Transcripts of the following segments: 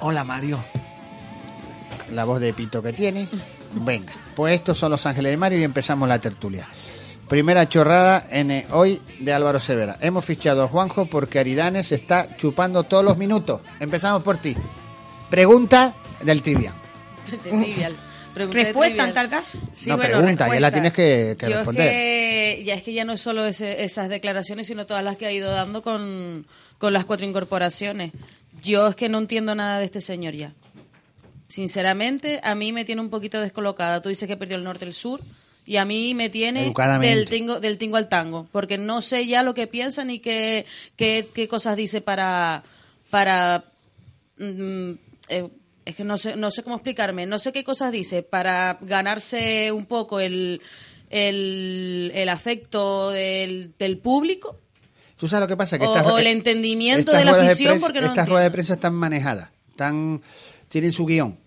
Hola, Mario. la voz de pito que tiene. Venga, pues estos son Los Ángeles de Mario y empezamos la tertulia. Primera chorrada en eh, hoy de Álvaro Severa. Hemos fichado a Juanjo porque Aridanes está chupando todos los minutos. Empezamos por ti. Pregunta del trivia. De trivial. Pregunta de Respuesta en trivial. tal caso. No, pregunta, ya la tienes que- que Yo es responder. que- ya es que ya no es solo ese- esas declaraciones, sino todas las que ha ido dando con, con las cuatro incorporaciones. Yo es que no entiendo nada de este señor ya. Sinceramente, a mí me tiene un poquito descolocada. Tú dices que perdió el norte el sur. Y a mí me tiene Educadamente. del tingo, del tingo al tango, porque no sé ya lo que piensa ni qué, qué, qué cosas dice para, para mm, eh, es que no sé, no sé cómo explicarme, no sé qué cosas dice para ganarse un poco el, el, el afecto del, del público. Tú sabes lo que pasa, que O- estas, o el eh, entendimiento estas de la ruedas afición, prensa- porque no lo Estas ruedas de entiendo. prensa están manejadas, están, tienen su guión.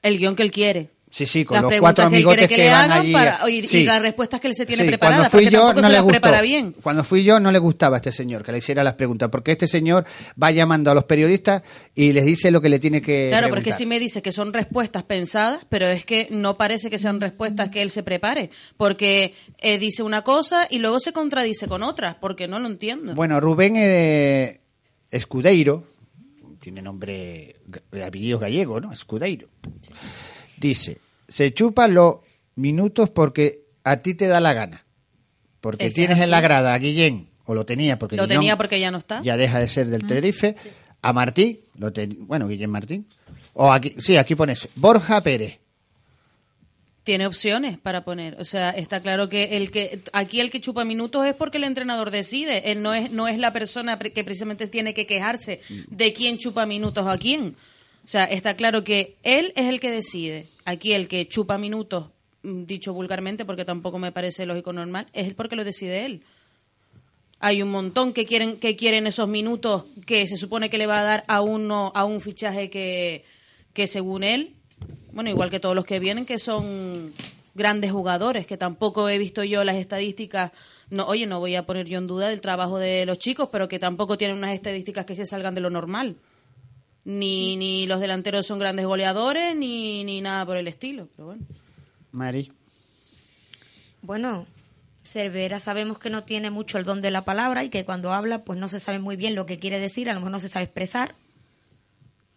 El guión que él quiere. Sí, sí, con las los preguntas cuatro que él quiere amigotes que, que, le van hagan allí. eh, para, y, y Sí. las respuestas que él se tiene Sí, preparadas, cuando fui porque yo, tampoco no se le las gustó. prepara bien. Cuando fui yo no le gustaba a este señor que le hiciera las preguntas, porque este señor va llamando a los periodistas y les dice lo que le tiene que Claro, preguntar. porque si me dice que son respuestas pensadas, pero es que no parece que sean respuestas que él se prepare, porque eh, dice una cosa y luego se contradice con otra, porque no lo entiendo. Bueno, Rubén eh, Escudeiro, tiene nombre, ga- apellido gallego, ¿no? Escudeiro. Dice, se chupa los minutos porque a ti te da la gana. Porque Es que tienes es en la así. grada a Guillén, o lo tenía porque Eh, ¿ah, lo Guillón tenía porque ya no está. Mm. ya deja de ser del Tenerife, a Martí, lo ten- bueno, Guillén Martín, o aquí, sí, aquí pones Borja Pérez. Tiene opciones para poner. O sea, está claro que el que aquí el que chupa minutos es porque el entrenador decide. Él no es, no es la persona pre- que precisamente tiene que quejarse de quién chupa minutos a quién. O sea, está claro que él es el que decide. Aquí el que chupa minutos, mm, dicho vulgarmente, porque tampoco me parece lógico normal, es el porque lo decide él. Hay un montón que quieren, que quieren esos minutos que se supone que le va a dar a uno, a un fichaje que, que según él, bueno, igual que todos los que vienen, que son grandes jugadores, que tampoco he visto yo las estadísticas. No, oye, no voy a poner yo en duda el trabajo de los chicos, pero que tampoco tienen unas estadísticas que se salgan de lo normal. Ni, ni los delanteros son grandes goleadores, ni, ni nada por el estilo. Pero bueno. Mari. Bueno, Cervera sabemos que no tiene mucho el don de la palabra y que cuando habla pues no se sabe muy bien lo que quiere decir, a lo mejor no se sabe expresar.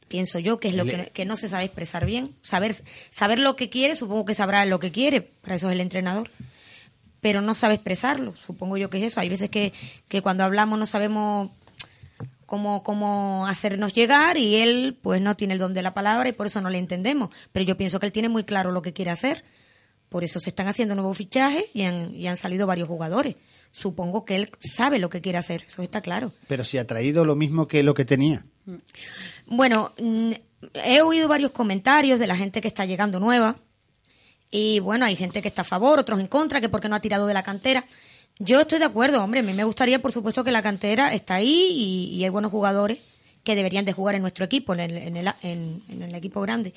Pienso yo que es lo que, que no se sabe expresar bien. Saber, saber lo que quiere, supongo que sabrá lo que quiere, para eso es el entrenador. Pero no sabe expresarlo, supongo yo que es eso. Hay veces que, que cuando hablamos no sabemos cómo, cómo hacernos llegar y él pues no tiene el don de la palabra y por eso no le entendemos. Pero yo pienso que él tiene muy claro lo que quiere hacer. Por eso se están haciendo nuevos fichajes y han, y han salido varios jugadores. Supongo que él sabe lo que quiere hacer, eso está claro. Pero si ha traído lo mismo que lo que tenía. Bueno, mm, he oído varios comentarios de la gente que está llegando nueva. Y bueno, hay gente que está a favor, otros en contra, que porque no ha tirado de la cantera. Yo estoy de acuerdo, hombre, a mí me gustaría, por supuesto, que la cantera está ahí y, y hay buenos jugadores que deberían de jugar en nuestro equipo, en el, en el- en- en el equipo grande.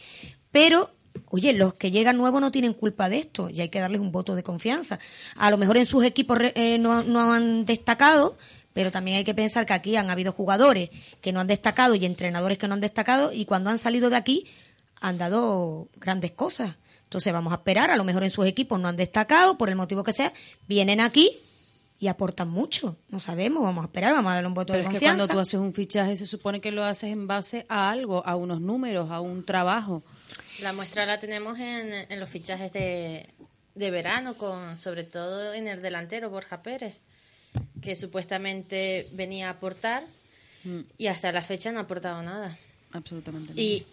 Pero, oye, los que llegan nuevos no tienen culpa de esto y hay que darles un voto de confianza. A lo mejor en sus equipos re- eh, no, no han destacado, pero también hay que pensar que aquí han habido jugadores que no han destacado y entrenadores que no han destacado y cuando han salido de aquí han dado grandes cosas. Entonces vamos a esperar, a lo mejor en sus equipos no han destacado, por el motivo que sea, vienen aquí y aportan mucho. No sabemos, vamos a esperar, vamos a darle un voto Pero es de que confianza. cuando tú haces un fichaje se supone que lo haces en base a algo, a unos números, a un trabajo. La muestra la tenemos en, en los fichajes de, de verano, con sobre todo en el delantero Borja Pérez, que supuestamente venía a aportar Mm. y hasta la fecha no ha aportado nada. Absolutamente. no. Y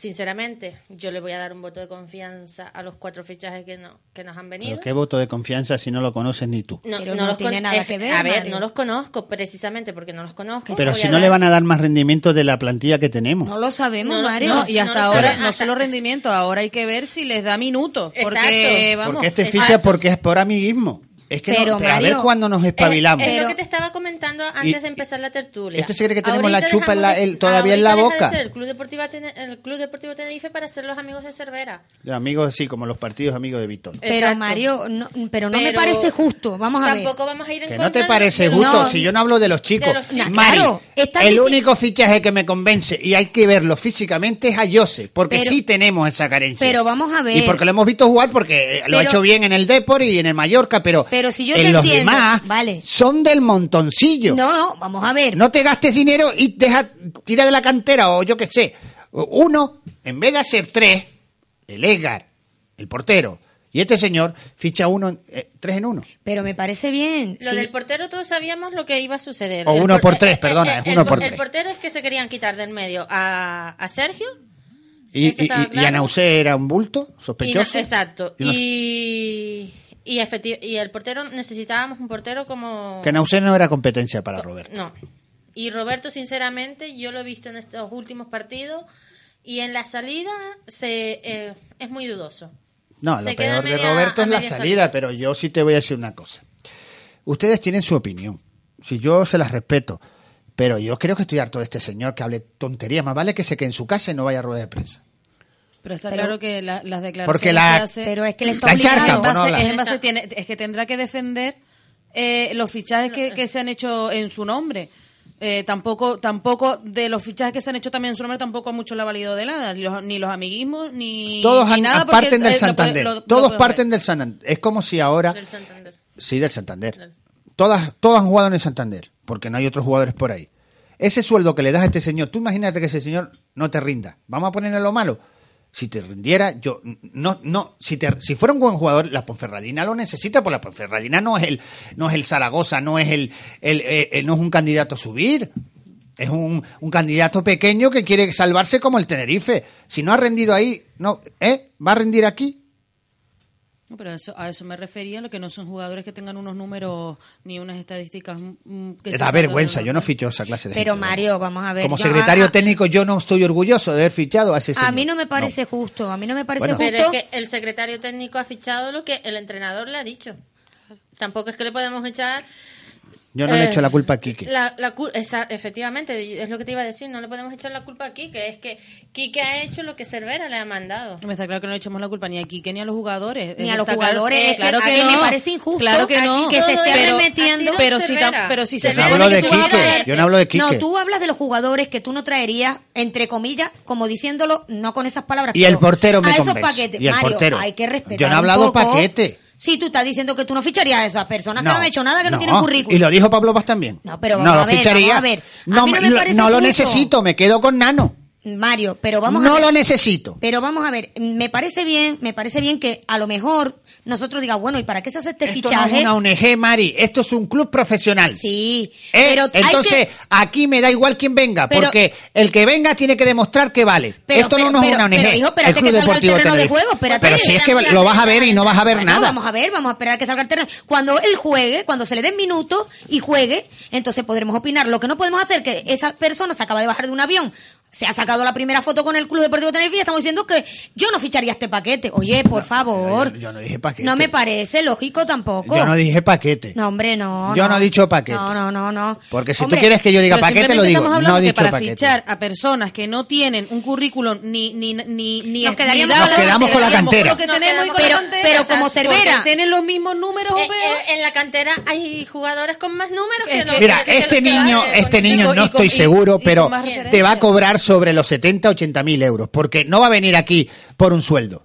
sinceramente, yo le voy a dar un voto de confianza a los cuatro fichajes que, no, que nos han venido. Pero qué voto de confianza si no lo conoces ni tú. No, Pero no los tiene con- nada eh, que ver, A ver, Mario. no los conozco precisamente porque no los conozco. Pero Voy si a no le dar- van a dar más rendimiento de la plantilla que tenemos. No lo sabemos, No, no, Mario. No, y no hasta lo ahora, sabe. no solo rendimiento, ahora hay que ver si les da minutos. Porque, Exacto. Eh, vamos, porque este exacto. ficha porque es por amiguismo. Es que no- Pero, pero a ver Mario, eh, cuándo nos espabilamos. Es, es Pero- lo que te estaba comentando Y- antes de empezar la tertulia. Esto se cree que tenemos la Ahorita chupa en la- dejamos de- el- todavía en la ahorita boca. Deja de ser el, Club Deportivo Atene- el Club Deportivo Tenerife para ser los amigos de Cervera. Amigos así como los partidos amigos de Víctor. Pero Exacto. Mario, no, pero no me Pero parece justo. Vamos a ver. Tampoco vamos a ir en Que contra no te de- parece de los- justo No. si yo no hablo de los chicos. De los chicos. Mari, Claro, está el dici- único fichaje que me convence y hay que verlo físicamente es a Jose, porque Pero- sí tenemos esa carencia. pero vamos a ver. Y porque lo hemos visto jugar porque eh, lo ha Pero- hecho bien en el Depor y en el Mallorca, pero, Pero si yo en te los entiendo, demás vale. son del montoncillo. No, no, vamos a ver. No te gastes dinero y deja, tira de la cantera o yo qué sé. Uno, en vez de hacer tres, el Edgar, el portero y este señor ficha uno, eh, tres en uno. Pero me parece bien. Lo Sí, del portero todos sabíamos lo que iba a suceder. O El uno por tres, eh, eh, perdona, eh, es el uno por- por el tres. portero es que se querían quitar del medio a, a Sergio. Y, Eso y, estaba y- y claro. Anausé era un bulto Y no- sospechoso. exacto. Y no- Y, y, efecti- y el portero, necesitábamos un portero como... Que Anausé no era competencia para Roberto. No. Y Roberto, sinceramente, yo lo he visto en estos últimos partidos y en la salida se eh, es muy dudoso. No, Se lo queda peor de media- Roberto a es la media salida, pero yo sí te voy a decir una cosa. Ustedes tienen su opinión. Si yo se las respeto. Pero yo creo que estoy harto de este señor que hable tonterías. Más vale que se quede en su casa y no vaya a rueda de prensa. Pero está Pero- claro que la- las declaraciones Porque la- que hace- Pero es que le está La obligado. charca, en pues, no base- habla. es en base tiene- es que tendrá que defender eh, los fichajes que, que se han hecho en su nombre. Eh, tampoco, tampoco de los fichajes que se han hecho también en su nombre, tampoco a muchos le ha valido de nada, ni los, ni los amiguismos, ni, Todos ni han- nada. porque, parten eh, del lo puede- Santander. lo- lo Todos puede parten ver. del Santander. Es como si ahora... del Santander. Sí, del Santander. Todas, todas han jugado en el Santander, porque no hay otros jugadores por ahí. Ese sueldo que le das a este señor, tú imagínate que ese señor no te rinda. Vamos a ponerle lo malo. Si te rindiera, yo no, no, si te, si fuera un buen jugador, la Ponferradina lo necesita, porque la Ponferradina no es el, no es el Zaragoza, no es el, el- el- el- no es un candidato a subir. Es un, un candidato pequeño que quiere salvarse como el Tenerife. Si no ha rendido ahí, no, ¿eh? ¿Va a rendir aquí? No, pero a eso, a eso me refería, lo que no son jugadores que tengan unos números ni unas estadísticas. mm, que se da salgan vergüenza, de lo yo no normal. ficho esa clase de Pero gente, ¿no? Mario, vamos a ver. Como yo- secretario a- a- técnico yo no estoy orgulloso de haber fichado a ese A señor. mí no me parece justo, a mí no me parece Bueno. Pero es justo. que el secretario técnico ha fichado lo que el entrenador le ha dicho. Tampoco es que le podemos echar Yo no le Eh, echo la culpa a Quique. La, la cul- esa- efectivamente, es lo que te iba a decir, no le podemos echar la culpa a Quique, es que Quique ha hecho lo que Cervera le ha mandado. Me está claro que no le echamos la culpa ni a Quique ni a los jugadores. Ni a Está los claro- jugadores, eh, es que- a que me parece injusto Claro que no. que se esté Pero- remetiendo. Pero si, tam- Cervera. pero si Yo Yo se no Cervera sabe hablo lo de que tú vas a Quique, poner- yo no hablo de Quique. No, tú hablas de los jugadores que tú no traerías, entre comillas, como diciéndolo, no con esas palabras. Y pero el portero me A esos convence. paquetes, Y el Mario, portero. hay que respetar. Yo no he un hablado poco. paquete. Sí, tú estás diciendo que tú no ficharías a esas personas que no han hecho nada, que no, tienen currículum. Y lo dijo Pablo Paz también. No, pero vamos lo a ver, ficharía. vamos a ver. A no mí no me- me lo, parece no lo justo. necesito, me quedo con Nano. Mario, pero vamos a no ver. lo necesito. Pero vamos a ver, me parece bien, me parece bien que a lo mejor nosotros digamos, bueno, ¿y para qué se hace este Esto no fichaje? es una ONG, Mari. Esto es un club profesional. Sí, ¿Eh? pero hay Entonces, que- aquí me da igual quién venga, Pero- porque el que venga tiene que demostrar que vale. Pero- Esto pero- no nos pero- es una ONG. pero, hijo, espérate el Club que salga al Deportivo terreno de Tenerife. juego, espérate. Pero si es que lo vas a ver y no vas a ver Bueno, nada. Vamos a ver, vamos a esperar a que salga el terreno. Cuando él juegue, cuando se le den minutos y juegue, entonces podremos opinar. Lo que no podemos hacer que esa persona se acaba de bajar de un avión, se ha sacado la primera foto con el Club Deportivo Tenerife y estamos diciendo que yo no ficharía este paquete. Oye, por favor. yo- yo no dije paquete. No me parece lógico tampoco. Yo no dije paquete. No, hombre, no. Yo no he dicho paquete. No, no, no, no. Porque si Hombre, tú quieres que yo diga Pero paquete, lo simplemente digo. Estamos No hablando he que dicho para paquete. fichar a personas que no tienen un currículum ni ni ni ni Nos quedaríamos ni con la- Nos quedamos con la cantera. Lo que Nos tenemos y quedamos con la con la cantera, pero o sea, como porque Cervera. tienen los mismos números o Eh, peor. eh, en la cantera hay jugadores con más números que, Es los que- Mira, que- que este los que niño, van, eh, este con- y niño con- no y estoy con seguro, pero más te va referencias. a cobrar sobre los 70, 80 mil euros, porque no va a venir aquí por un sueldo.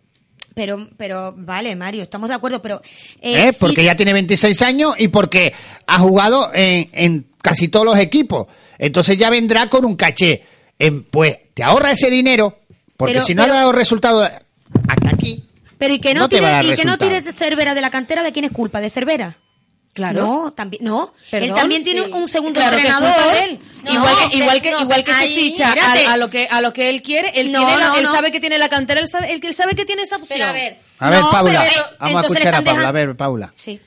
Pero, pero, vale, Mario, estamos de acuerdo, pero... ¿eh? sí- Porque ya tiene 26 años y porque ha jugado en, en casi todos los equipos. Entonces ya vendrá con un caché. En, pues te ahorra ese dinero, porque Pero- si no pero- ha dado resultado hasta aquí. Pero y que no, No te va a tire, dar y que no resultado. tire Cervera de la cantera, ¿de quién es culpa? ¿De Cervera? Claro. No, también, no. Perdón, él también tiene sí. un segundo Claro que es entrenador. culpa de él. No, igual que pero igual que no, igual que ahí- se ficha espérate. a, a lo que a lo que él quiere, él No, tiene la- no, él no. sabe que tiene la cantera, él sabe él, que- él sabe que tiene esa opción. Pero a ver, A ver, No, Paula, pero- vamos a entonces le escuchar a están Paula. dejando- A ver, Paula. Sí.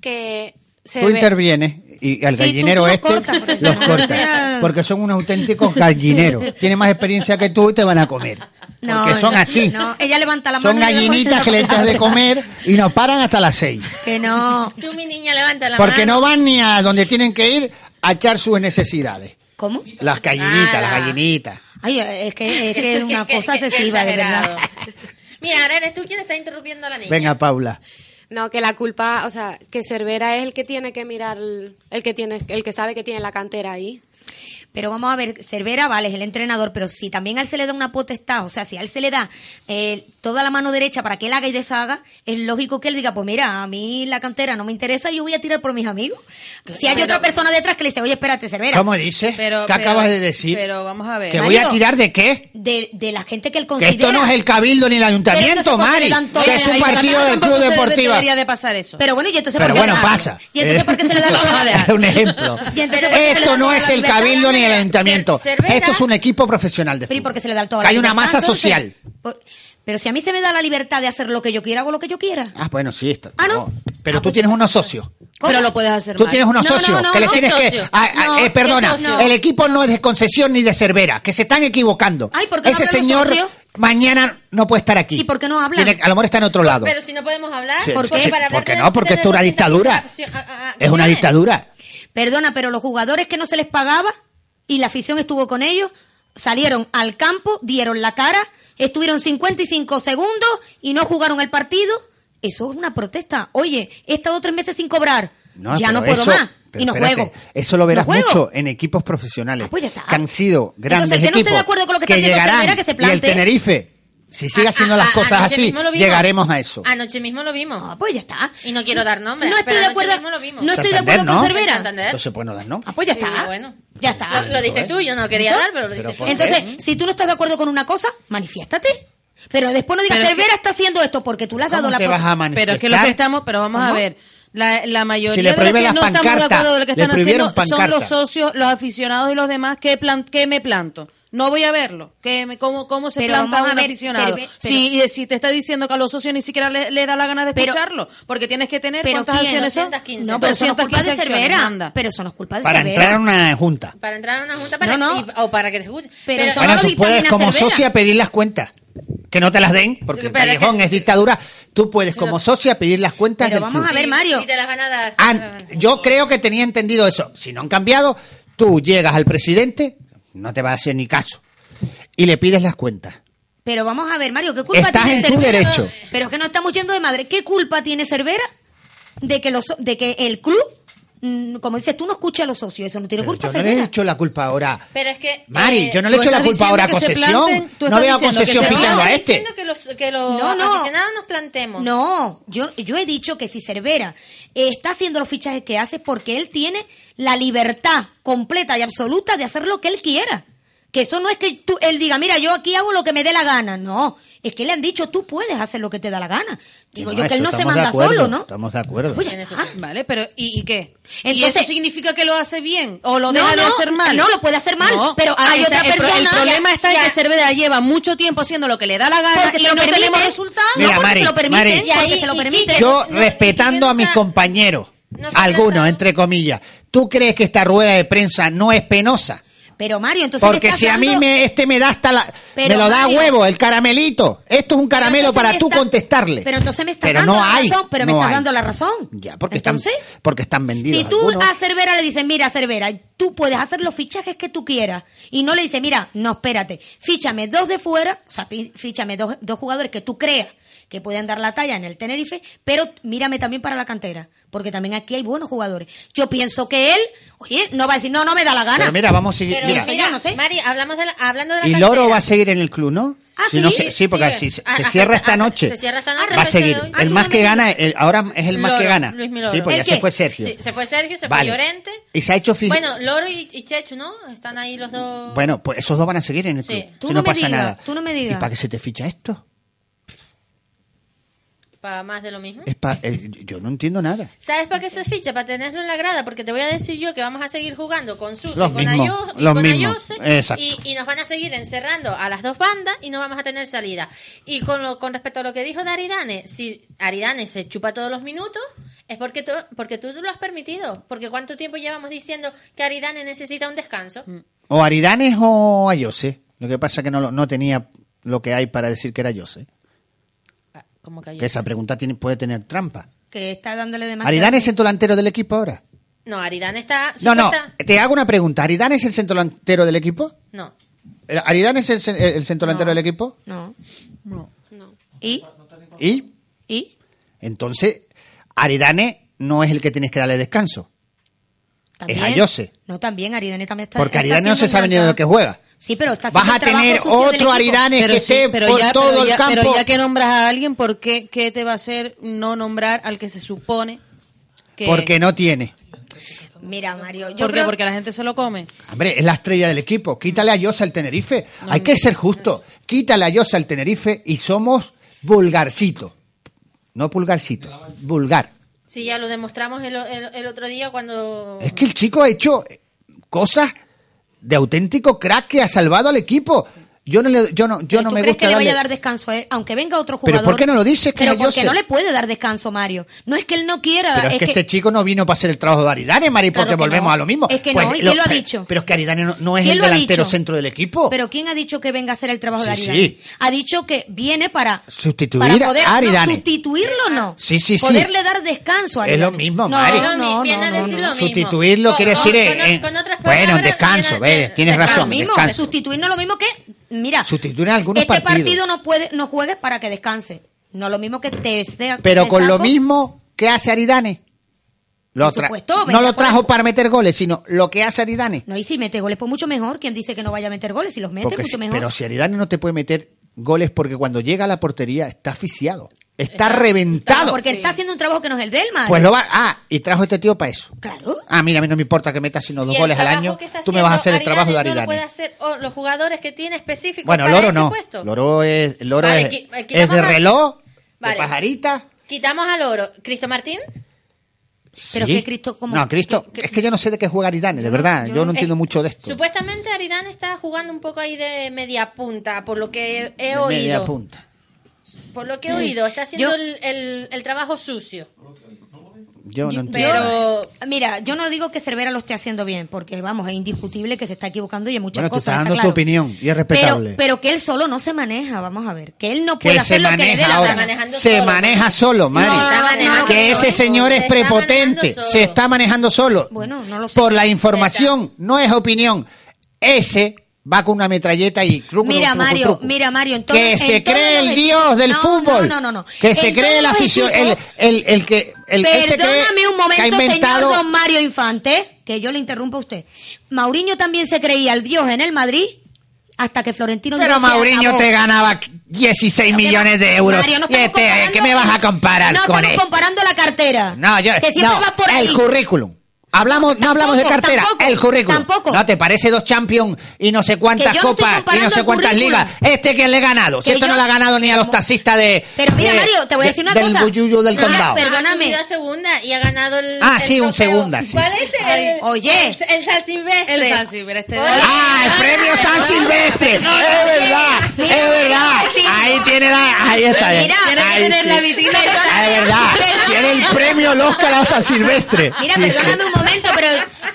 Que se Tú ve- intervienes y al Sí, tú- gallinero tú los este cortas, porque- los cortas. Porque son unos auténticos gallineros. Tienen más experiencia que tú y te van a comer. porque son no, así. no, ella levanta la son mano y le gallinitas corta que la le echas de palabra. comer y nos paran hasta las seis. Que no. tú mi niña levanta la Porque mano. no van ni a donde tienen que ir a echar sus necesidades. ¿Cómo? Las gallinitas, las Ah. Nada. gallinitas. Ay, es que es, que es una Que- que- cosa que- que excesiva, de verdad. exagerado. Mira, ahora eres tú quien está interrumpiendo a la niña. Venga, Paula. No, que la culpa, o sea, que Cervera es el que tiene que mirar, el, el que tiene, el que sabe que tiene la cantera ahí. Pero vamos a ver, Cervera, vale, es el entrenador, pero si también a él se le da una potestad, o sea, si a él se le da eh, toda la mano derecha para que él haga y deshaga, es lógico que él diga, pues mira, a mí la cantera no me interesa, yo voy a tirar por mis amigos. Si hay otra persona detrás que le dice, oye, espérate, Cervera, ¿Cómo dices? Pero- ¿Qué pero- acabas de decir? pero vamos a ver. ¿Que voy a Mario, tirar de qué? de, de la gente que él Que considera... esto no es el cabildo ni el Pero entonces, ayuntamiento, ¿por qué Mari. le dan todo? Que Oye, es ahí un está, partido Tampoco del Club se debe- Deportivo. debería de pasar eso. Pero bueno, y entonces... Pero ¿por qué bueno, le da- pasa. Y entonces, Eh, ¿por qué se le da toda la Es un ejemplo. Y entonces, ¿por qué se le Esto da no toda es la el libertad? cabildo ni el Cer- ayuntamiento. Cervera- Esto es un equipo profesional de Pero ¿y por fútbol. qué se le da toda Que la Hay una libertad, masa entonces? social. Por- Pero si a mí se me da la libertad de hacer lo que yo quiera, hago lo que yo quiera. Ah, bueno, sí, está. Ah, ¿no? Pero Ah, tú pues tienes unos socios. ¿Cómo? Pero lo puedes hacer Tú mal. tienes unos No, no, socios no, que les no, tienes que. socio. ah, ah, No, eh, perdona, ¿qué socio? el equipo no es de concesión ni de Cervera, que se están equivocando. Ay, ¿por qué no Ese hablan los señor socios? mañana no puede estar aquí. ¿Y por qué no hablan? Tiene- a lo mejor está en otro lado. Pero si no podemos hablar, Sí, ¿por sí, qué? para hablar porque tenemos no, que porque esto es tener una 200 dictadura. accio- a- a- Es una acciones. dictadura. Perdona, pero los jugadores que no se les pagaba y la afición estuvo con ellos, salieron al campo, dieron la cara, estuvieron 55 segundos y no jugaron el partido. Eso es una protesta. Oye, he estado tres meses sin cobrar. No, ya pero no puedo eso- más. pero Y no espérate, juego. Eso lo No verás juego. mucho en equipos profesionales. Ah, pues ya está. Que han sido grandes Entonces, el que no esté de equipos. acuerdo con lo que está haciendo llegarán. Cervera, que se Ah, y el plantee. Tenerife, si sigue A- haciendo a- las a- cosas Ah, anoche así, mismo lo vimos. llegaremos a eso. Anoche mismo lo vimos. Ah, pues ya está. Y no quiero dar nombres, No estoy pero de anoche acuerdo, mismo lo vimos. no estoy de Santander, acuerdo con ¿no? Cervera. Santander. Entonces, pues no das, ¿no? Ah, pues ya Sí, está. bueno. Ya está. Lo, lo diste tú, yo no quería dar, pero lo Pero diste tú. por- eh. Entonces, si tú no estás de acuerdo con una cosa, manifiéstate. Pero después no digas, Pero es que- Cervera está haciendo esto porque tú le has dado ¿Cómo la te pro- vas a Pero manifestar? es que lo que estamos, pero vamos a Ajá. ver. La, la mayoría Si le de los prohíben que las no estamos de pancartas, acuerdo de lo que le están prohibieron haciendo son los pancartas. socios, los aficionados y los demás que, plan, que me planto. No voy a verlo. Que me, cómo, ¿Cómo se Pero planta vamos a un ver, aficionado? Cerve- si, si te está diciendo que a los socios ni siquiera le, le da la gana de Pero- escucharlo. porque tienes que tener Pero cuántas ¿quién? acciones son. 215. No, pero eso no es culpa de 215 acciones, Cervera. anda. Pero eso no es culpa de Para Cervera. entrar en una junta. Para entrar a una junta para No, no. y- o para que te escuchen. Pero eso Bueno, no lo tú puedes dictamina como Cervera. socia pedir las cuentas. Que no te las den, porque el Pero es que- callejón es dictadura. Tú puedes como socia pedir las cuentas Pero del vamos club. a ver, Mario. Si te las van a dar. Ah, yo creo que tenía entendido eso. Si no han cambiado, tú llegas al presidente, no te va a hacer ni caso, y le pides las cuentas. Pero vamos a ver, Mario, ¿qué culpa Estás tiene en tu Cervera? derecho. Pero es que no estamos yendo de madre. ¿Qué culpa tiene Cervera de que los de que el club, mm, como dices tú, no escucha a los socios? Eso no tiene Pero culpa yo no le Cervera. he hecho la culpa ahora. Pero es que. Mari, eh, yo no le he tú hecho la estás culpa ahora a diciendo que se concesión. planten- tú no veo estás a diciendo que concesión se pitando no, a estoy este. diciendo que los, que los No, no. aficionados nos plantemos. No, yo, yo he dicho que si Cervera está haciendo los fichajes que hace es porque él tiene la libertad completa y absoluta de hacer lo que él quiera. Que eso no es que tú- él diga, mira, yo aquí hago lo que me dé la gana. No, es que le han dicho, tú puedes hacer lo que te da la gana. Digo yo que él eso no se estamos de manda acuerdo, solo, ¿no? Estamos de acuerdo. Pues ya En eso está. Vale, pero ¿y, y qué? ¿Y Entonces- eso significa que lo hace bien o lo No, deja de no, hacer mal? no, lo puede hacer mal, pero ah, hay está, otra el pro- El, persona- problema Ya, está en ya. que Cervera lleva mucho tiempo haciendo lo que le da la gana Porque y se lo no tenemos permite. resultados. No, Mira, porque Mari, se lo permite. Mari. Y ahí, porque se lo y permite. Quique- Yo, no, respetando y que a mis no sea- compañeros, no se algunos, trata- entre comillas, ¿tú crees que esta rueda de prensa no es penosa? Pero Mario, entonces le Porque estás si a mí dando- me, este me da hasta la... Pero, me lo da Mario. huevo, el caramelito. Esto es un Pero caramelo entonces para me tú está- contestarle. Pero entonces me estás Pero dando no la hay, razón. Pero me no estás hay. dando la razón. Ya, porque, entonces, están, porque están vendidos Si tú algunos. a Cervera le dices, mira, Cervera, tú puedes hacer los fichajes que tú quieras. Y no le dices, mira, no, espérate, fíchame dos de fuera, o sea, pi- fíchame dos, dos jugadores que tú creas que pueden dar la talla en el Tenerife, pero mírame también para la cantera, porque también aquí hay buenos jugadores. Yo pienso que él, oye, no va a decir, no, no me da la gana. Pero mira, vamos a seguir... Pero mira, mira, yo no sé. Mari, hablamos de la- hablando de la y cantera. Loro va a seguir en el club, ¿no? Ah, Si no sí, Ah, se- sí, porque si sigue. se, A- se a cierra fecha- esta a- noche. se cierra esta noche, va a a fecha de seguir. hoy. Ah, El tú más no que me gana, el- ahora es el más que Loro, gana. Luis Miloro. Sí, porque ya ¿El se qué? fue Sergio. Sí, se fue Sergio, se Vale. fue Llorente. Y se ha hecho fi- Bueno, Loro y, y Chechu, ¿no? Están ahí los dos. Bueno, pues esos dos van a seguir en el Sí. club. Tú si no no, me pasa digas, nada. tú no me ¿Y digas. para qué se te ficha esto? Para más de lo mismo. Es pa- eh, yo no entiendo nada. ¿Sabes para qué se ficha? Para tenerlo en la grada, porque te voy a decir yo que vamos a seguir jugando con Susi, Los con mismos, Ayo- y los con mismos, Ayose, exacto. y, y nos van a seguir encerrando a las dos bandas y no vamos a tener salida. Y con, lo, con respecto a lo que dijo de Aridane, si Aridane se chupa todos los minutos, es porque, tú- porque tú lo has permitido. Porque cuánto tiempo llevamos diciendo que Aridane necesita un descanso. O Aridanes o Ayose. Lo que pasa que no, lo- no tenía lo que hay para decir que era Ayose. Ah, Como que Que esa pregunta tiene, puede tener trampa. que está dándole demasiado. ¿Aridane es el delantero del equipo ahora? No, Aridane está. No, no, supuesta- te hago una pregunta. ¿Aridane es el centro delantero del equipo? No. Eh, ¿Aridane es el, cen- el- el centro delantero del equipo? No. No. ¿Y? Y ¿Y? entonces, Aridane no es el que tienes que darle descanso. Ayose. No, también Aridane también está. Porque está Aridane no haciendo se un sabe gran ni de lo que trabajo. juega. Sí, pero está Vas haciendo a el trabajo tener sucio del otro equipo. Aridane que sí, esté por todo pero el ya- campo. pero ya que nombras a alguien, ¿por qué, qué te va a hacer no nombrar al que se supone que... Porque no tiene. Mira, Mario, yo ¿Por qué? creo- Porque la gente se lo come. Hombre, es la estrella del equipo. Quítale a Yosa al Tenerife. Hay que ser justo. Quítale a Yosa al Tenerife y somos vulgarcito. No pulgarcito, vulgar. Sí, ya lo demostramos el, el- el otro día cuando. Es que el chico ha hecho cosas de auténtico crack que ha salvado al equipo. Yo no, le- yo no, yo Pero no ¿tú me crees gusta que le darle- vaya a dar descanso, eh? aunque venga otro Pero jugador. ¿por qué no lo dices, Kaya Pero porque Joseph? no le puede dar descanso, Mario. No es que él no quiera. Pero es, que, este chico no vino para hacer el trabajo de Aridane, Mari, Claro porque que volvemos no. a lo mismo. Es que no, ¿y quién lo ha pe- dicho? Pero es que Aridane no, no es ¿Quién el lo ha delantero dicho? centro del equipo. Pero ¿quién ha dicho que venga a hacer el trabajo de Sí, Aridane? sí. Ha dicho que viene para Sustituir para a poder, no, Aridane. sustituirlo no. Sí, sí, sí. Poderle dar descanso a Es Aridane. lo mismo, no, Mari. No, no, Viene a no, decir no. lo mismo. Sustituirlo Con- quiere con- decir, con- eh, con otras bueno, palabras, descanso, viene a- ve, tienes Es lo razón, mismo, descanso. sustituir no es lo mismo que, mira, Sustituir en algunos este partido. partidos. no puede, no juegues para que descanse. No es lo mismo que te sea. Pero te con lo saco. mismo que hace Aridane. Lo Por tra- supuesto, no venga, lo trajo por- para meter goles, sino lo que hace Aridane. No, y si mete goles, pues mucho mejor. Quien dice que no vaya a meter goles, si los mete, Porque mucho si- mejor. pero si Aridane no te puede meter goles porque cuando llega a la portería está asfixiado, está, Está- Claro, reventado. porque está haciendo un trabajo que no es el del Mario. Pues lo va, ah, y trajo este tío para eso. Claro. Ah, mira, a mí no me importa que metas sino Y dos el goles al trabajo año. que está Tú me vas a haciendo hacer el trabajo de No lo Aridane. puede hacer o los jugadores que tiene específicos bueno, para Loro ese no. puesto. Loro es, Loro Vale, es, qui- eh, es quitamos de a- reloj, de Vale. pajarita. Quitamos al oro. Cristo Martín. Pero Sí. que Cristo, como- No, Cristo, que- que- es que yo no sé de qué juega Aridane, de verdad. Yo, no entiendo Es- mucho de esto. Supuestamente Aridane está jugando un poco ahí de media punta, por lo que he, he De oído. Media punta. Por lo que he oído, está haciendo Yo- el, el- el trabajo sucio. Yo no entiendo. Pero Mira, yo no digo que Cervera lo esté haciendo bien, porque vamos, es indiscutible que se está equivocando y en muchas Bueno, tú cosas. estás está dando tu claro. opinión y es respetable. Pero, pero que él solo no se maneja, vamos a ver. Que él no que puede él hacer se lo que le dé maneja la ahora. gana. manejando Se solo, maneja Mari. solo, Mari. está manejando que ese solo. señor es Se está prepotente. manejando solo. Se está manejando solo. Bueno, no lo sé. Por la información, no es opinión. Ese va con una metralleta y cru, cru, Mira cru, cru, Mario, cru, cru. mira Mario, que entonces- se en todos cree los el equi- dios del No, fútbol. no, no, no. Que En se cree todos el los aficionado, el, equipos- el, el que el, él se cree Perdóname un que ha momento, inventado- señor don Mario Infante, que yo le interrumpo a usted. Mauriño también se creía el dios en el Madrid hasta que Florentino Pero Díaz se Mauriño acabó. te ganaba 16 millones de euros. Mario, no Y estamos este, comparando- ¿Qué me vas a comparar no con estamos él? comparando la cartera. No, yo, que siempre no, va por ahí. el currículum. Hablamos, no hablamos de Tampoco, cartera, tampoco, el currículum. tampoco. No te parece dos champions y no sé cuántas Que yo no estoy copas y no comparando sé el cuántas currículum. ligas. Este que le he ganado. Si Que esto no yo- le ha ganado ni a los taxistas de. Pero mira, de- Mario, te voy a decir de- una cosa. Del Guyuyo del Ah, condado. pero- Perdóname. Ha subido a segunda y ha ganado el. Ah, el sí, un trofeo. segunda, sí. ¿Cuál es el? Ay, oye. El, el San Silvestre. El San Silvestre, este Oye. ¡Ah, el premio San Silvestre! ¡Es verdad! ¡Es Mira, verdad! mira, Ahí tiene la. Ahí está. Mira, ahí tiene que sí. tener la vitrina. Ah, Es verdad. Perdóname. Tiene el premio al Oscar a San Silvestre. Mira, Sí, sí. perdóname un momento, pero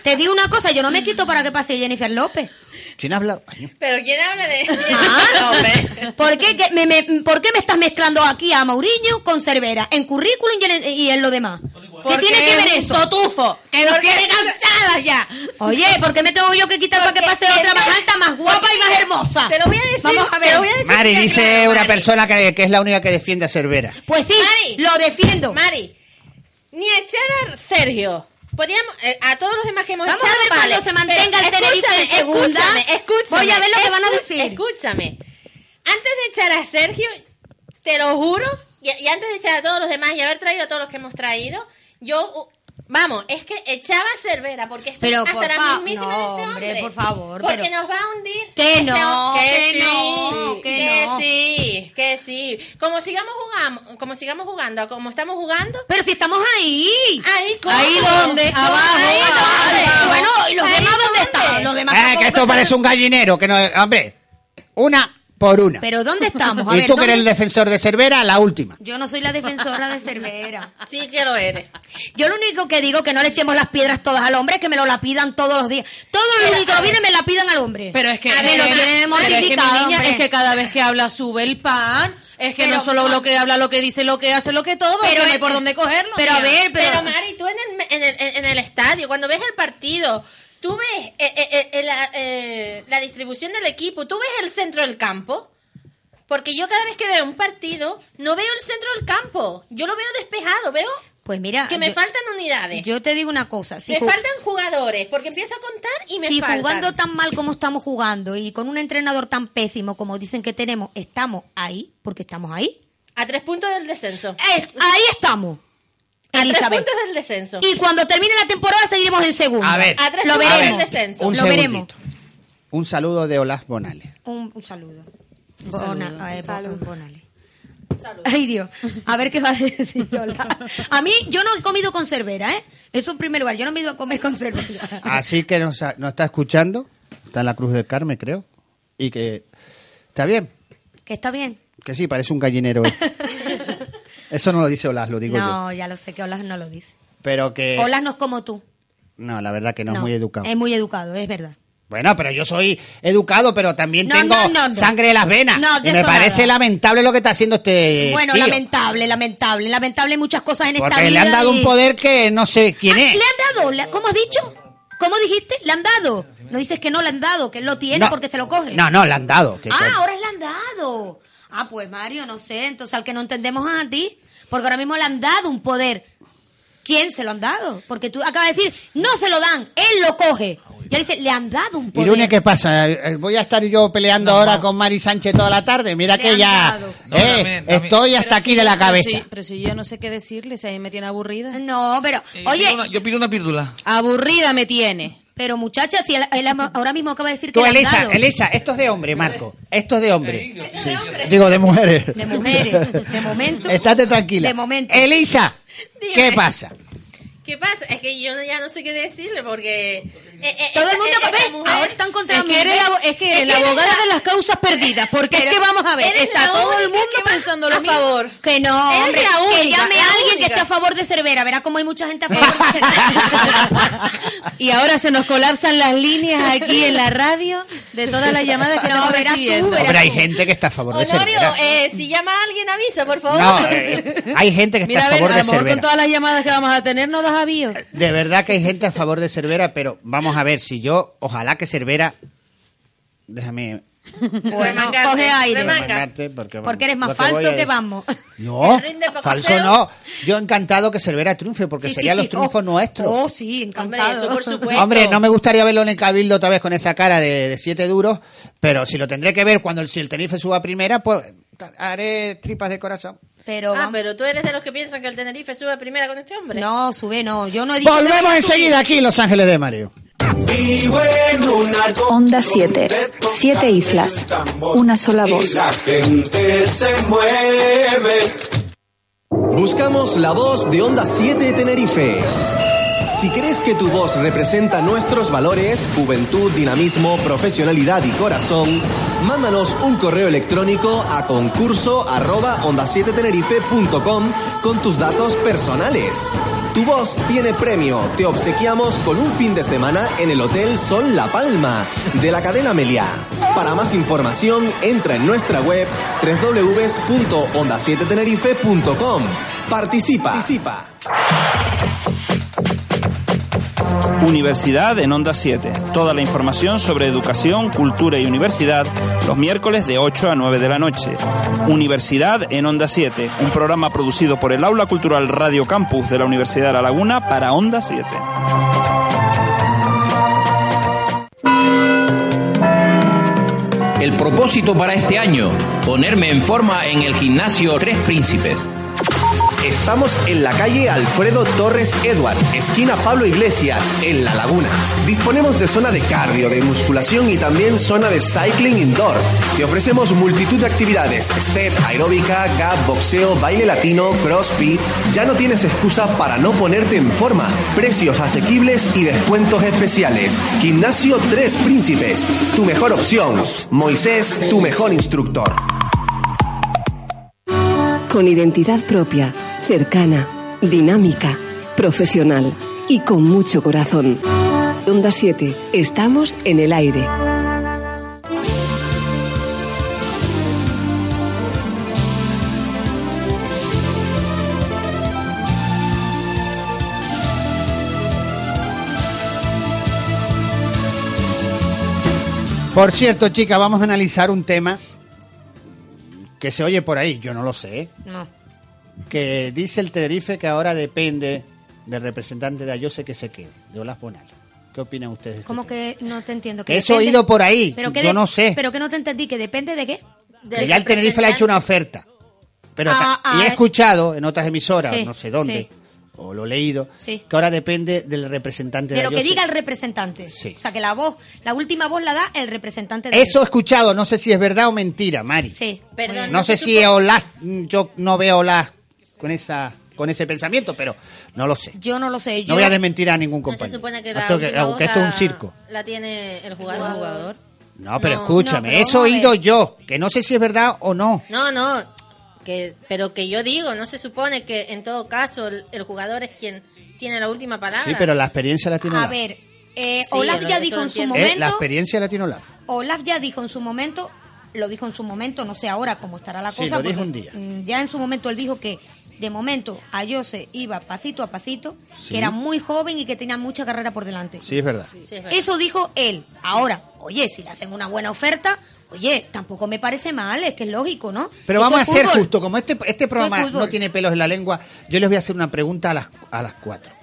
te digo una cosa, yo no me quito para que pase Jennifer López. ¿Quién habla? Ay, Pero ¿quién habla de.? Ah, ¿Por qué, que me, me- ¿Por qué me estás mezclando aquí a Mauriño con Cervera? En currículum y en, y en lo demás. ¿Qué Porque tiene que ver es un eso? Totufo, que nos quiere cansadas ya. Oye, ¿por qué me tengo yo que quitar para que pase otra más alta, más guapa y más hermosa? Te lo voy a decir. Vamos a ver. Te lo voy a decir. Mari, que dice claro, una Mari. persona que, que es la única que defiende a Cervera. Pues sí, Mari. lo defiendo. Mari, ni echar a Sergio. Podríamos, eh, a todos los demás que hemos Vamos echado, a ver cuando vale. se mantenga el Pero Tenerife en escúchame, segunda. Escúchame, escúchame. Voy a ver lo que van a escu- decir. Escúchame. Antes de echar a Sergio, te lo juro, y, y antes de echar a todos los demás y haber traído a todos los que hemos traído, yo. uh, Vamos, es que echaba a Cervera porque estoy Pero, por hasta la fa- mismísima no, de ese hombre. hombre, por favor, Porque pero- nos va a hundir. Que ese no, hom- que sí, no, que no. sí, que sí. Como sigamos jugando, como sigamos jugando, como estamos jugando, Pero si estamos ahí. Ahí, ¿cómo? Ahí donde, ¿Cómo? abajo, Ahí abajo. donde. Bueno, ¿y los Ahí demás dónde donde. están? Los demás Eh, tampoco que esto están- parece un gallinero, que no, hombre, una por una. Pero ¿dónde estamos? A y ver, tú que eres el ¿dónde- defensor de Cervera, la última. Yo no soy la defensora de Cervera. Sí que lo eres. Yo lo único que digo que no le echemos las piedras todas al hombre es que me lo la pidan todos los días. Todos los únicos que vienen me la pidan al hombre. Pero es que, me lo tienen pero es que mi mortificado, niña, hombre. es que cada vez que habla sube el pan. Es que Pero- no solo lo que habla, lo que dice, lo que hace, lo que todo. Pero Pero que no hay es- por dónde cogerlo. pero a mía. ver, Pero, Pero- Mari, tú en el, en, el, en el estadio, cuando ves el partido, tú ves eh, eh, eh, eh, la, eh, la distribución del equipo, tú ves el centro del campo. Porque yo cada vez que veo un partido, no veo el centro del campo. Yo lo veo despejado, veo Pues mira, que me yo- faltan unidades. Yo te digo una cosa. Si me ju- faltan jugadores, porque empiezo a contar y me si faltan. jugando tan mal como estamos jugando y con un entrenador tan pésimo como dicen que tenemos, estamos ahí, porque estamos ahí. A tres puntos del descenso. Eh, ahí estamos, A tres Elizabeth. puntos del descenso. Y cuando termine la temporada seguiremos en segundo. A ver, A tres lo puntos del veremos. descenso. un lo veremos. segundito. Un saludo de Olaz Bonales. Un, un saludo. Un saludo. un eh, Bonale. Ay Dios, a ver qué va a decir Lola. A mí, yo no he comido con Cervera, ¿eh? Eso en primer lugar, yo no me he ido a comer con Cervera. Así que nos, nos está escuchando, está en la Cruz del Carmen, creo, y que Está bien. Que está bien. Que sí, parece un gallinero. eh. Eso no lo dice Olas, lo digo yo. no, ya lo sé que Olas no lo dice. Pero que. Olas no es como tú. No, la verdad que no, es No, muy educado. Es muy educado, es verdad. Bueno, pero yo soy educado, pero también No, tengo no, no, no. sangre en las venas. No, de y me eso parece nada. lamentable lo que está haciendo este. bueno, tío. lamentable, lamentable. Lamentable hay muchas cosas en esta Porque vida. le han dado y- un poder que no sé quién Ah, es. ¿Le han dado? ¿Le- ¿Cómo has dicho? ¿Cómo dijiste? ¿Le han dado? No dices que no le han dado, que él lo tiene No. porque se lo coge. No, no, le han dado. que ah, con- ahora le han dado. Ah, pues Mario, no sé. Entonces al que no entendemos es a ti. Porque ahora mismo le han dado un poder. ¿Quién se lo han dado? Porque tú acabas de decir, no se lo dan, él lo coge. Ah, Y él dice, le han dado un poder. Irune, ¿qué pasa? Eh, eh, Voy a estar yo peleando ahora con Mari Sánchez toda la tarde. Mira Le que han ya dado. No, eh, también, también. estoy Pero hasta aquí sí, de la pero cabeza. sí, pero si yo no sé qué decirle, si ahí me tiene aburrida. No, pero, Eh, pido oye, una- yo pido una píldora. Aburrida me tiene. pero muchacha, si él- él ama- ahora mismo acaba de decir que Tú, le han Elisa, dado. Elisa, esto es de hombre, Marco. Esto es de hombre. Sí. Digo, de mujeres. De mujeres, de momento. Estate tranquila. De momento. Elisa, ¿qué Dime. pasa? ¿Qué pasa? Es que yo no- ya no sé qué decirle porque... eh, eh, Todo el esta- mundo, eh, esta ve, ahora están contra Es mí, que, eres ve. la, es que eres la eres abogada la- de las causas perdidas, porque es Pero que vamos a ver, eres está la todo el única mundo que va pensando a lo mismo. favor. Que no, Eres hombre, la que única, llame a la alguien que única. esté a favor de Cervera. Verá cómo hay mucha gente a favor de Cervera. Y ahora se nos colapsan las líneas aquí en la radio de todas las llamadas que No, estamos verás tú, recibiendo. verás. Hombre, hay gente que está a favor de Honorio, Cervera. eh, si llama a alguien avisa, por favor. No, eh, hay gente que está Mira, a a ver, favor a de lo mejor Cervera. con todas las llamadas que vamos a tener no las avío. De verdad que hay gente a favor de Cervera, pero vamos a ver si yo, ojalá que Cervera. Déjame. Bueno, Remangarte, coge aire. remanga. remangarte Porque, Porque eres más lo voy falso a que decir- vamos. No, Que rinde poco falso cero. no. Yo encantado que Cervera triunfe, porque Sí, sí, serían sí. los triunfos Oh, nuestros. Oh, sí, encantado. Hombre, eso por supuesto. Hombre, no me gustaría verlo en el Cabildo otra vez con esa cara de, de siete duros, pero si lo tendré que ver cuando el, si el Tenerife suba a primera, pues ta- haré tripas de corazón. Pero, Ah, vamos. pero tú eres de los que piensan que el Tenerife sube primera con este hombre. No, sube, no. Yo no he dicho Volvemos enseguida aquí en Los Ángeles de Mario. Vivo en un arco Onda 7. donde toca Siete islas. el tambor Una sola y voz. La gente se mueve. Buscamos la voz de Onda 7 de Tenerife. Si crees que tu voz representa nuestros valores, juventud, dinamismo, profesionalidad y corazón, mándanos un correo electrónico a concurso arroba onda7tenerife.com con tus datos personales. Tu voz tiene premio. Te obsequiamos con un fin de semana en el Hotel Sol La Palma de la cadena Meliá. Para más información, entra en nuestra web www.onda7tenerife.com. Participa. Participa. Universidad en Onda 7. Toda la información sobre educación, cultura y universidad los miércoles de 8 a 9 de la noche. Universidad en Onda 7, un programa producido por el Aula Cultural Radio Campus de la Universidad de La Laguna para Onda 7. El propósito para este año, ponerme en forma en el gimnasio Tres Príncipes. Estamos en la calle Alfredo Torres Edward, esquina Pablo Iglesias, en La Laguna. Disponemos de zona de cardio, de musculación y también zona de cycling indoor. Te ofrecemos multitud de actividades, step, aeróbica, gap, boxeo, baile latino, crossfit. Ya no tienes excusa para no ponerte en forma. Precios asequibles y descuentos especiales. Gimnasio Tres Príncipes, tu mejor opción. Moisés, tu mejor instructor. Con identidad propia, cercana, dinámica, profesional y con mucho corazón. Onda 7. Estamos en el aire. Por cierto, chicas, vamos a analizar un tema que se oye por ahí, yo no lo sé, ¿eh? No. que dice el Tenerife que ahora depende del representante de Ayose que se quede, de Olas Bonal. ¿Qué opinan ustedes? de este ¿Cómo tema? que no te entiendo? Que eso he oído por ahí, que yo de- no sé. Pero que no te entendí, que depende de qué. Del Que ya el Tenerife le ha hecho una oferta. Pero Ah, ta- y he ah, escuchado en otras emisoras, sí, no sé dónde, sí. o lo he leído, Sí. que ahora depende del representante De lo que Ayose. diga el representante. Sí. O sea, que la voz, la última voz la da el representante de Eso he escuchado, no sé si es verdad o mentira, Mari. Sí. Perdón, No sé se si supo- Olas, yo no veo a Olas con esa con ese pensamiento, pero no lo sé. Yo no lo sé. No Yo voy a desmentir a ningún No se compañero. supone que Ah, Esto la que- última aunque esto es un hoja circo. La tiene el jugador. No, pero No, escúchame, no, pero eso he vamos a oído ver. yo, que no sé si es verdad o no. No, no, que, pero que yo digo, no se supone que en todo caso el, el jugador es quien tiene la última palabra. Sí, pero la experiencia la tiene A Olaf. ver, eh, Sí, Olaf eso ya lo dijo en su entiendo. Eh, momento. La experiencia la tiene Olaf. Olaf ya dijo en su momento, lo dijo en su momento, no sé ahora cómo estará la Sí, cosa. lo dijo porque, un día. mm, Ya en su momento él dijo que de momento a Jose iba pasito a pasito, Sí. que era muy joven y que tenía mucha carrera por delante. Sí, es verdad. Eso dijo él. Ahora, oye, si le hacen una buena oferta, oye, tampoco me parece mal, es que es lógico, ¿no? Pero Esto vamos a es ser fútbol. justo, como este, este programa fútbol. no tiene pelos en la lengua, yo les voy a hacer una pregunta a las, a las cuatro.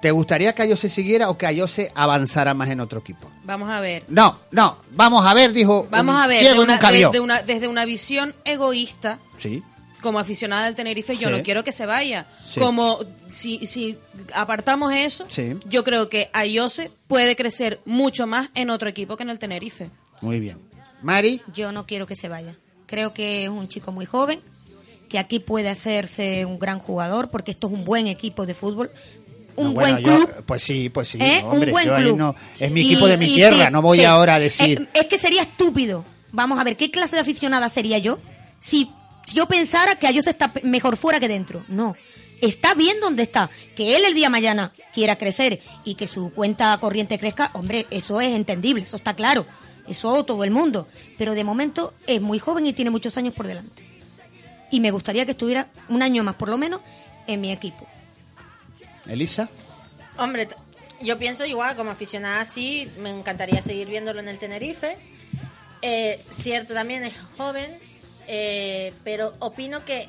¿Te gustaría que Ayose siguiera o que Ayose avanzara más en otro equipo? Vamos a ver. No, no, vamos a ver, dijo. Vamos un a ver. ciego de en un una- camión. desde una- desde una visión egoísta, Sí. como aficionada del Tenerife, yo Sí. no quiero que se vaya. Sí. Como si, si apartamos eso, Sí. yo creo que Ayose puede crecer mucho más en otro equipo que en el Tenerife. Muy bien. Mari. Yo no quiero que se vaya. Creo que es un chico muy joven, que aquí puede hacerse un gran jugador, porque esto es un buen equipo de fútbol, un No, buen bueno, yo- club. pues sí, pues sí. ¿eh? hombre, un buen yo ahí club. no- es mi Y- equipo de mi y tierra, sí, no voy sí. ahora a decir. Eh, Es, que sería estúpido. Vamos a ver, ¿qué clase de aficionada sería yo si, si yo pensara que Ayuso está pe- mejor fuera que dentro? No. Está bien donde está. Que él el día de mañana quiera crecer y que su cuenta corriente crezca, hombre, eso es entendible, eso está claro. Eso todo el mundo. Pero de momento es muy joven y tiene muchos años por delante. Y me gustaría que estuviera un año más, por lo menos, en mi equipo. Elisa. Hombre, t- yo pienso igual, como aficionada sí, me encantaría seguir viéndolo en el Tenerife. Eh, cierto, también es joven, eh, pero opino que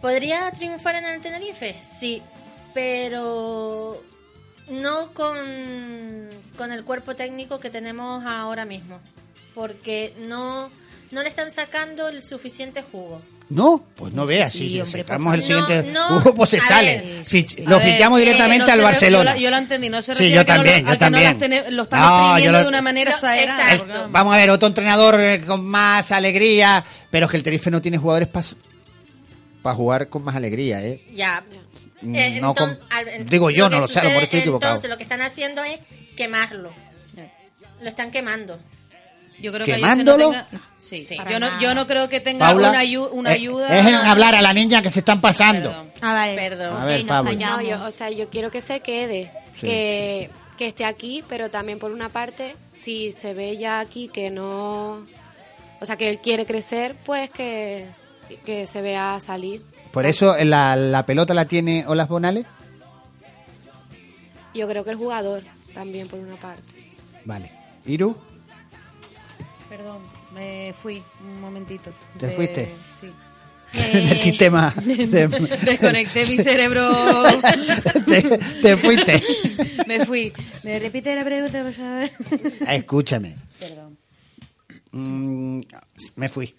podría triunfar en el Tenerife, sí, pero no con, con el cuerpo técnico que tenemos ahora mismo, porque no, no le están sacando el suficiente jugo. No, pues no Sí, veas, sí, si hombre, por sacamos el favor. siguiente. No, no, Hugo, pues se a sale. ver. Fich- A lo ver, fichamos eh, directamente no se al re- Barcelona. Eh, Yo la, yo la entendí, no se Sí, refiere yo a que no lo- también, a yo que no las también. tene- No, lo yo estamos pidiendo lo- de una manera No, exagerada. exacto. porque- Vamos a ver, otro entrenador eh, con más alegría, pero es que el Tenerife no tiene jugadores para jugar con más alegría, ¿eh? Ya. Mm, Eh, no enton- com- al- digo yo, que no lo sé, a lo mejor estoy sucede, equivocado. Entonces, lo que están haciendo es quemarlo. Lo están quemando. Yo creo ¿Quemándolo? que Ayose no tenga- sí, Sí. yo, no, yo no creo que tenga Paula, una, ayu- una eh, ayuda. Es en hablar a la niña que se están pasando. Perdón. A ver, Perdón. A ver, ok, nos Pablo. No, callamos. yo, o sea, yo quiero que se quede, Sí. que, que esté aquí, pero también por una parte, si se ve ya aquí que no, o sea, que él quiere crecer, pues que, que se vea salir. Por eso eh, la, la pelota la tiene Olas Bonales. Yo creo que el jugador también por una parte. Vale. Iru, Perdón, me fui un momentito. ¿Te De- fuiste? Sí. Eh. Eh, del sistema. de- Desconecté mi cerebro. te, te fuiste. me fui. Me repite la pregunta, por favor. Ah, Escúchame. Perdón. Mm, me fui.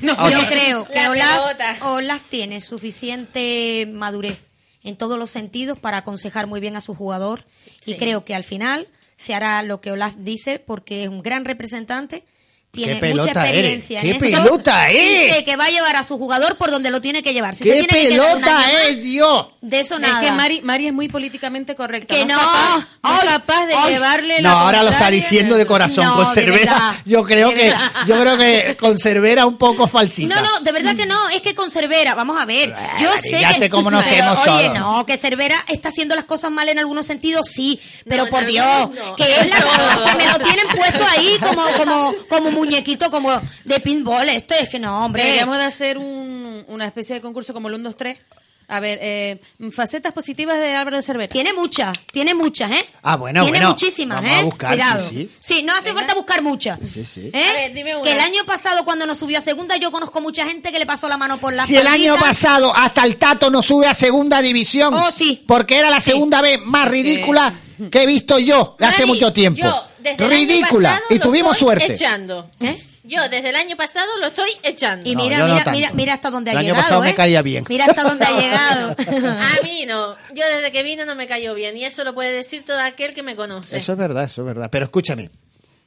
Yo creo que La Olaf, pelota. Olaf tiene suficiente madurez en todos los sentidos para aconsejar muy bien a su jugador y Sí. creo que al final se hará lo que Olaf dice porque es un gran representante, tiene mucha pelota eres? experiencia. en ¿Qué esto, pelota y eres? sé que va a llevar a su jugador por donde lo tiene que llevar. Si se ¡Qué tiene que quedar un pelota año más, es, Dios! De eso nada. Es que Mari, Mari es muy políticamente correcta. Que no. no. es capaz, no es Ay, capaz de ay. llevarle No, la ahora lo está contraria. diciendo de corazón No, con de Cervera. verdad. Yo creo De que verdad. yo creo que con Cervera un poco falsita. No, no, de verdad que no, es que con Cervera, vamos a ver, Ah, yo sé ya te que... como nos pero, hacemos oye, todos. no, que Cervera está haciendo las cosas mal en algunos sentidos, sí, pero No, por no, Dios, no. que es la No. que me lo tienen puesto ahí como, como, como muñequito, como de pinball, esto es que no, hombre. Deberíamos de hacer un- una especie de concurso como el 1, 2, 3. A ver, eh, facetas positivas de Álvaro Cervera. Tiene muchas, tiene muchas, ¿eh? Ah, bueno, Tiene bueno. muchísimas, Vamos a ¿eh? buscar, Cuidado. sí, no hace falta buscar muchas. Sí, sí. ¿Eh? A ver, dime una. Que el año pasado, cuando nos subió a segunda, yo conozco mucha gente que le pasó la mano por la Si el año espaldita. pasado hasta el Tato no sube a segunda división, Oh, sí. porque era la segunda vez más ridícula que he visto yo hace Mari, mucho tiempo. yo, desde el año ridícula. pasado y lo tuvimos estoy suerte. Echando. ¿Eh? Yo desde el año pasado lo estoy echando. Y No, mira, yo no mira, tanto. mira, mira hasta dónde ha El año llegado. pasado me ¿eh? caía bien. Mira hasta dónde ha llegado. Ah, A mí no. Yo desde que vino no me cayó bien. Y eso lo puede decir todo aquel que me conoce. Eso es verdad, eso es verdad. Pero escúchame.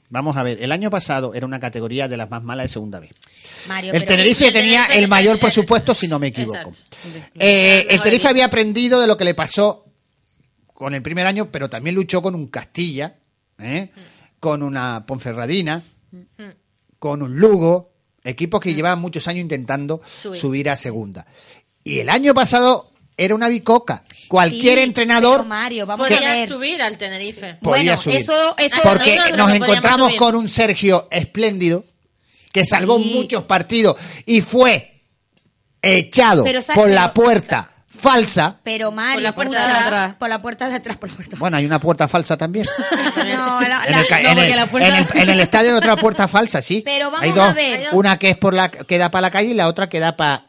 Vamos a ver, el año pasado era una categoría de las más malas de segunda vez. Mario, el pero- Tenerife el tenía Tenerife el mayor tenía- presupuesto, si no me equivoco. Exacto. Eh, el Mejor Tenerife equipo. había aprendido de lo Mm. que le pasó con el primer año, pero también luchó con un Castilla, ¿eh? con una Ponferradina, con un Lugo, equipos que llevaban muchos años intentando Mm. Subir. subir a segunda. Y el año pasado era una bicoca. Cualquier Sí, entrenador pero Mario, vamos a Podía ver. subir al Tenerife. podía Bueno, subir. eso- eso- Porque nos nosotros no podíamos encontramos subir. con un Sergio espléndido que salvó Sí. muchos partidos y fue echado Pero sal- por la pero- puerta falsa. Pero Mario, Por la puerta escucha, de atrás. Por la puerta de atrás, por la puerta. Bueno, hay una puerta falsa también. No, la- En el, ca- la- en el- porque la puerta- en el- en el estadio hay otra puerta falsa, sí. Pero vamos hay dos, a ver. Una que es por la que da para la calle y la otra que da para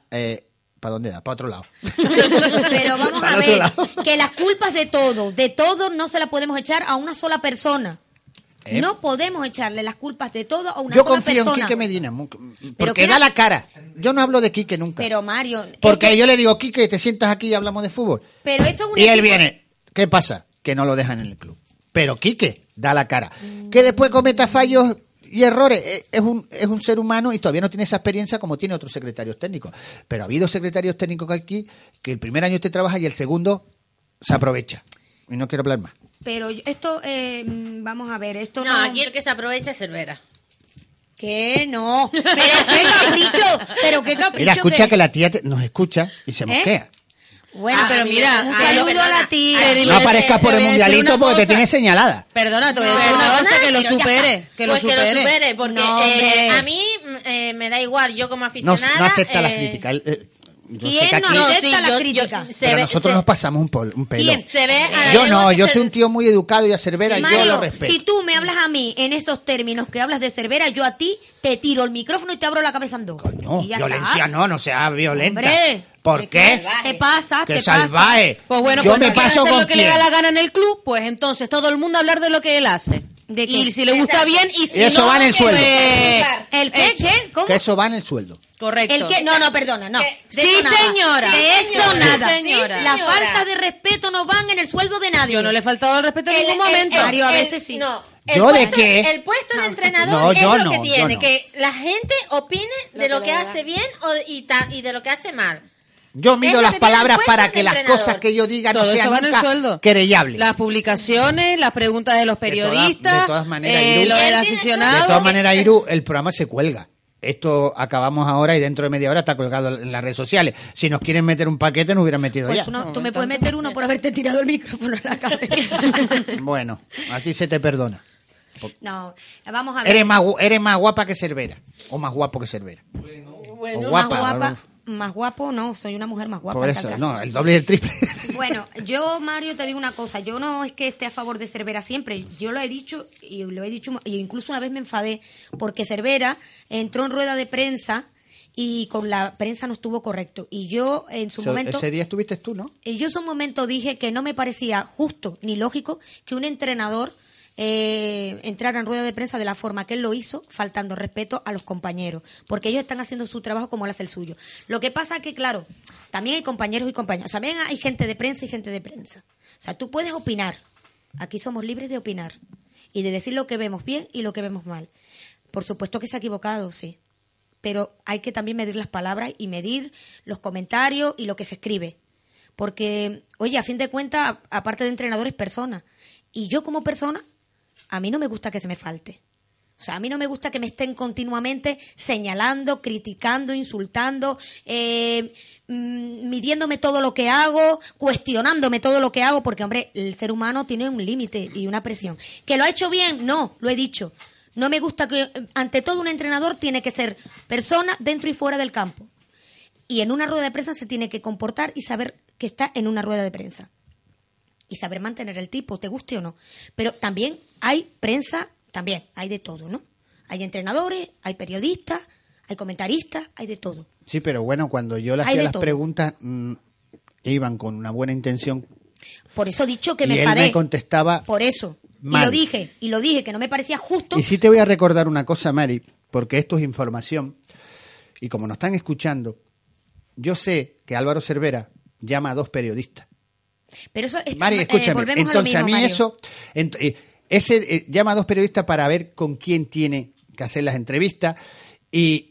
¿Para dónde da? Para otro lado. Pero vamos Para a otro ver lado. que las culpas de todo, de todo, no se las podemos echar a una sola persona. Eh. No podemos echarle las culpas de todo a una Yo sola confío persona. en Quique Medina, mu- mm, Pero porque que da era- la cara. Yo no hablo de Quique nunca. Pero Mario, es porque que- yo le digo, Quique, te sientas aquí y hablamos de fútbol. pero eso es un Y él equipo- viene. ¿Qué pasa? Que no lo dejan en el club. Pero Quique da la cara. Que después cometa fallos y errores. E- Es un, es un ser humano y todavía no tiene esa experiencia como tiene otros secretarios técnicos. Pero ha habido secretarios técnicos que aquí que el primer año te trabaja y el segundo se aprovecha. Y no quiero hablar más. Pero yo- esto, eh, mm, vamos a ver, esto No, aquí el que se aprovecha es Cervera. ¿Qué? No. Pero qué capricho, pero qué capricho. Mira, escucha que, que la tía te- nos escucha y se ¿Eh? mosquea. Bueno, Ah, pero mira, un ah, saludo perdona, a la ah, tía. Te digo, No te- aparezcas por el te voy a decir mundialito una porque te cosa. tiene señalada. Perdona, te voy a decir Perdona, una cosa que lo pero ya supere. está. Que lo pues que lo supere. supere, porque No, eh, hombre. a mí mm, eh, me da igual, yo como No, aficionada... no acepta las eh, críticas. El- el- yo sé ¿Quién que no aquí- acepta sí, la yo- yo- crítica? se pero ve- nosotros se- nos pasamos un, pol- un pelo. Bien. Se ve a Eh, la Eh, Yo Diego no, que yo se- soy un tío muy educado y a Cervera yo Mario, lo respeto. si tú me hablas a mí en esos términos que hablas de Cervera, yo a ti te tiro el micrófono y te abro la cabeza en dos. Coño, Y ya violencia está. no, no sea violenta. Hombre, ¿Por es qué? que Te pasa, Que te salvaje. pasa. Pues bueno, Yo pues me no quiere paso hacer con lo que le da quién. la gana en el club, pues entonces todo el mundo hablar de lo que él hace. ¿De qué? y si le gusta bien y si Y eso no, va en el pues- sueldo. ¿El qué? ¿Qué? ¿Cómo? Que eso va en el sueldo. Correcto. El que, no, no, perdona, no. Que- De Sí, eso nada. señora. De Sí, eso señora. nada. Sí, señora. Las faltas de respeto no van en el sueldo de nadie. Yo no le he faltado al respeto en el- ningún el- momento. el- Mario, a el- veces sí. No. El ¿Yo de puesto, qué? El puesto de entrenador No, es yo lo que no, yo tiene, no. que la gente opine de Lo lo que que, le da. hace bien o- y, ta- y de lo que hace mal. Yo mido lo las que tiene palabras puesto para de que las entrenador. cosas que yo diga no todo eso sean va en el nunca sueldo. querellables. Las publicaciones, las preguntas de los todas- periodistas, de todas maneras, eh, Irú. lo Él del tiene su- De todas aficionado. maneras, Iru, el programa se cuelga. Esto acabamos ahora y dentro de media hora está colgado en las redes sociales. Si nos quieren meter un paquete, nos hubieran metido Pues ya. tú, no- tú me puedes meter uno por haberte tirado el micrófono en la cabeza. Bueno, a ti se te perdona. no, vamos a ver. Eres más, gu- eres más guapa que Cervera. O más guapo que Cervera. o más guapa. guapa. Más guapo, no, soy una mujer más guapa. Por en tal eso, caso. no, el doble y el triple. Bueno, yo, Mario, te digo una cosa. Yo no es que esté a favor de Cervera siempre. Yo lo he dicho y lo he dicho, y incluso una vez me enfadé porque Cervera entró en rueda de prensa y con la prensa no estuvo correcto. Y yo en su Ese- momento. Ese día estuviste tú, ¿no? Y yo en su momento dije que no me parecía justo ni lógico que un entrenador eh, entrara en rueda de prensa de la forma que él lo hizo, faltando respeto a los compañeros, porque ellos están haciendo su trabajo como él hace el suyo. Lo que pasa que, claro, también hay compañeros y compañeras, también hay gente de prensa y gente de prensa. O sea, tú puedes opinar, aquí somos libres de opinar y de decir lo que vemos bien y lo que vemos mal. Por supuesto que se ha equivocado, sí, pero hay que también medir las palabras y medir los comentarios y lo que se escribe. Porque, oye, a fin de cuentas, a- aparte de entrenador, es persona. Y yo como persona, a mí no me gusta que se me falte. O sea, a mí no me gusta que me estén continuamente señalando, criticando, insultando, eh, mm, midiéndome todo lo que hago, cuestionándome todo lo que hago, porque, hombre, el ser humano tiene un límite y una presión. ¿Que lo ha hecho bien? No, lo he dicho. No me gusta que, eh, ante todo, un entrenador tiene que ser persona dentro y fuera del campo. Y en una rueda de prensa se tiene que comportar y saber que está en una rueda de prensa. Y saber mantener el tipo, te guste o no. Pero también hay prensa, también hay de todo, ¿no? Hay entrenadores, hay periodistas, hay comentaristas, hay de todo. Sí, pero bueno, cuando yo le Hay hacía de las todo. preguntas, mm, iban con una buena intención. Por eso he dicho que y me él enfadé. me contestaba. Por eso. mal. Y lo dije, y lo dije, que no me parecía justo. Y sí te voy a recordar una cosa, Mari, porque esto es información. Y como nos están escuchando, yo sé que Álvaro Cervera llama a dos periodistas. Pero eso está- Mari, eh, escúchame. volvemos a lo entonces, a, mismo, mí Mario. eso. ent- eh, ese eh, llama a dos periodistas para ver con quién tiene que hacer las entrevistas. Y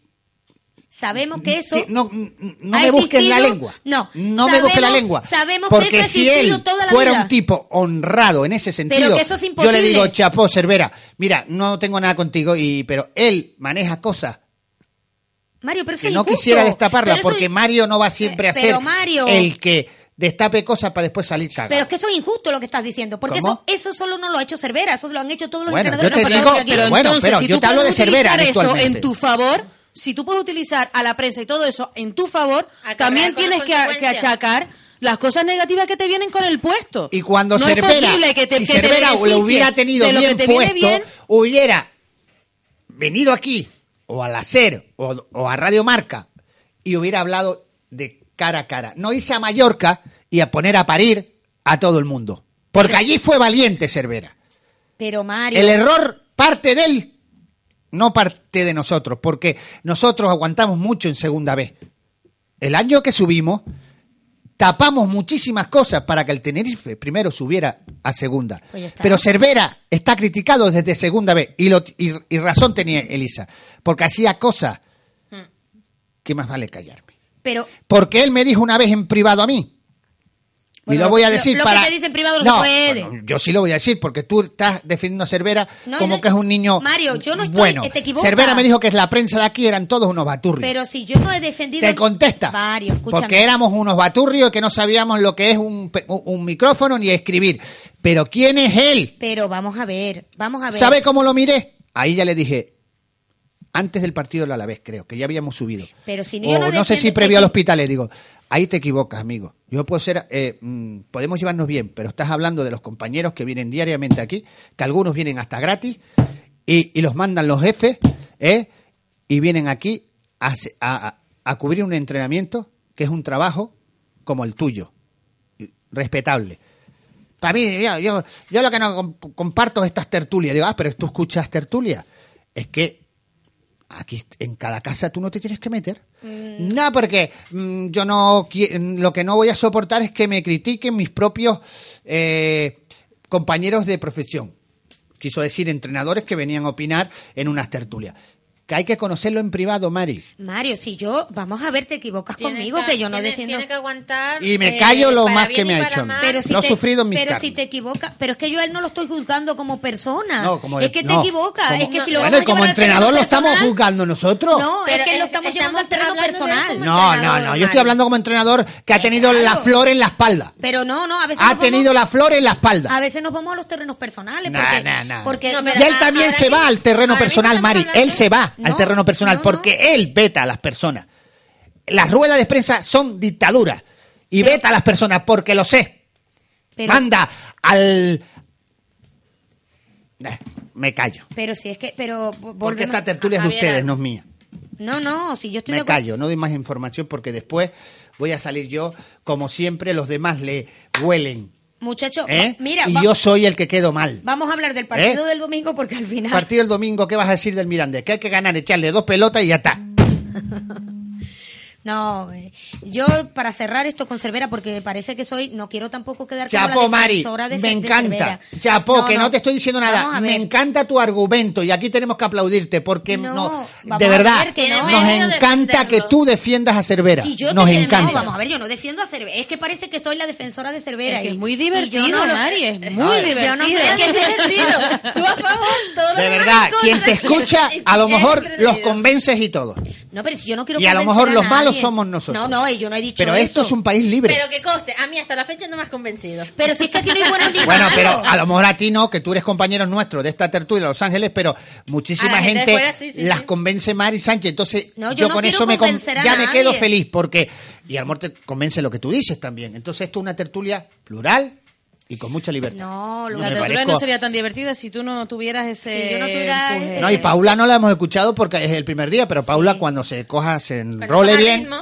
Sabemos que eso. Sí, no, n- n- no ha me busquen la existido- lengua. No. No me Sabemos- busquen la lengua. Sabemos Porque que eso ha si existido él toda la fuera vida. un tipo honrado en ese sentido, Pero que eso es yo le imposible. digo, chapó, Cervera, mira, no tengo nada contigo, y pero él maneja cosas Mario, pero eso que es no injusto. quisiera destaparla, Pero eso porque es- Mario no va siempre a Pero ser Mario- el que destape cosas para después salir cagado. Pero es que eso es injusto lo que estás diciendo, porque ¿Cómo? eso, eso solo no lo ha hecho Cervera, eso lo han hecho todos los Bueno, entrenadores. yo te que han digo- pasado por aquí. pero bueno, pero yo tú te hablo puedes de Cervera utilizar eso actualmente. en tu favor, si tú puedes utilizar a la prensa y todo eso en tu favor, Acarrear también con las tienes que, a- que consecuencias. achacar las cosas negativas que te vienen con el puesto. Y cuando no Cervera, es posible que te, si que te Cervera lo beneficie hubiera tenido de lo bien que te puesto, viene bien, hubiera venido aquí, o al hacer, o, o a Radio Marca, y hubiera hablado de cara a cara. No irse a Mallorca y a poner a parir a todo el mundo. Porque allí fue valiente Cervera. Pero Mario, El error parte de él, no parte de nosotros, porque nosotros aguantamos mucho en segunda vez. El año que subimos, tapamos muchísimas cosas para que el Tenerife primero subiera a segunda. Pues ya está. Pero Cervera está criticado desde segunda vez, y, lo- y- y razón tenía Elisa, porque hacía cosas Hmm. que más vale callarme. pero Porque él me dijo una vez en privado a mí. Bueno, y lo voy a lo- decir lo que para. te dice en privado no se puede. bueno, yo sí lo voy a decir porque tú estás defendiendo a Cervera No, como yo- que es un niño. Mario, yo no estoy- Bueno, te equivocas. Cervera me dijo que la prensa de aquí eran todos unos baturrios. pero si yo no he defendido te contesta. Mario, escúchame. porque éramos unos baturrios que no sabíamos lo que es un, pe- un- un micrófono ni escribir. Pero ¿quién es él? Pero vamos a ver, vamos a ver. ¿Sabe cómo lo miré? Ahí ya le dije. Antes del partido del Alavés, creo, que ya habíamos subido Pero si o yo no, no sé defiendo- si previo te- al hospital, le digo, ahí te equivocas, amigo. Yo puedo ser, eh, mm, podemos llevarnos bien, pero estás hablando de los compañeros que vienen diariamente aquí, que algunos vienen hasta gratis y, y los mandan los jefes, ¿eh? Y vienen aquí a, se- a- a- a cubrir un entrenamiento que es un trabajo como el tuyo, respetable. Para mí, yo, yo, yo lo que no com- comparto es estas tertulias. Digo, ah, pero tú escuchas tertulias. Es que aquí en cada casa tú no te tienes que meter. No, porque mm, yo no qui- mm, lo que no voy a soportar es que me critiquen mis propios eh, compañeros de profesión. Quiso decir entrenadores que venían a opinar en unas tertulias. Que hay que conocerlo en privado, Mari. Mario, si yo, vamos a ver, te equivocas Tiene conmigo que, yo no tiene- defiendo. tiene que aguantar. Y me eh, callo lo para más que bien y me ha para hecho a mí. mal. Pero si Lo he te, sufrido en mi Pero carne. si te equivocas, pero es que yo a él no lo estoy juzgando como persona. No, como- Ah, es que te no. equivocas, Como- es que si lo bueno, vamos y como a llevar al entrenador terreno lo estamos personal- juzgando nosotros. No, Pero es que lo es- estamos llevando estamos al terreno hablando de él personal. como No, no, entrenador, no. Yo estoy Mari. hablando como entrenador que ha tenido la Eh, claro. flor en la espalda. Pero no, no, a veces Ha nos vamos- tenido la flor en la espalda. A veces nos vamos a los terrenos personales. Nah, porque, nah, ah, nah. porque- No, pero- Y él a- también ahora se va mismo- al terreno ahora personal, mismo Mari. estamos Él se va No, al terreno personal no, no. porque él veta a las personas. Las ruedas de prensa son dictaduras y veta a las personas porque lo sé. pero, Manda al... Eh, Me callo. pero si es que, pero vo- Porque volvemos- esta tertulia es de Javier, ustedes, no es mía. No, no, si yo estoy de Me acuerdo- callo, no doy más información porque después voy a salir yo, como siempre, los demás le huelen. Muchacho, ¿eh? va- mira, y va- yo soy el que quedo mal. vamos a hablar del partido ¿Eh? del domingo porque al final Partido el domingo, ¿qué vas a decir del Miranda? Que hay que ganar, echarle dos pelotas y ya está. No, eh, yo para cerrar esto con Cervera, porque me parece que soy, no quiero tampoco quedar como Chapó, la Mari, defensora de- me de encanta. Cervera. Chapó, que no te estoy diciendo Vamos nada. a Me ver. encanta tu argumento y aquí tenemos que aplaudirte porque No, no, vamos de a verdad ver que no. nos Merecido encanta que defenderlo. tú defiendas a Cervera. Si yo nos te- no, encanta. vamos a ver, yo no defiendo a Cervera. Es que parece que soy la defensora de Cervera. es que y- es muy y yo no divertido, lo- Mari, es muy yo no divertido. Yo no sé, es que es divertido. Tú a favor, todo lo de demás verdad, en contra. quien te escucha a lo Es mejor los entretenido. convences y todo. No, pero si yo no quiero Y a lo convencer mejor los nadie. malos somos nosotros. No, no, yo no he dicho Pero esto eso. es un país libre. Pero que coste, a mí hasta la fecha no me has convencido. Pero si es que aquí no hay buenos ni Bueno, malos. pero a lo mejor a ti no, que tú eres compañero nuestro de esta tertulia de Los Ángeles, pero A muchísima la gente gente de fuera, sí, sí, las sí. convence Mari Sánchez. Entonces, No, yo, yo no con quiero eso me con- convencer a ya me quedo nadie. feliz, porque. Y al amor te convence lo que tú dices también. Entonces, esto es una tertulia plural y con mucha libertad. No, lo- no la me tertulia parezco- no sería tan divertida si tú no tuvieras ese... ¿eh? Si yo no tuviera empuje. ese- No, y Paula no la hemos escuchado porque es el primer día, pero Paula cuando se coja, se Cuando enrole coja bien. ritmo,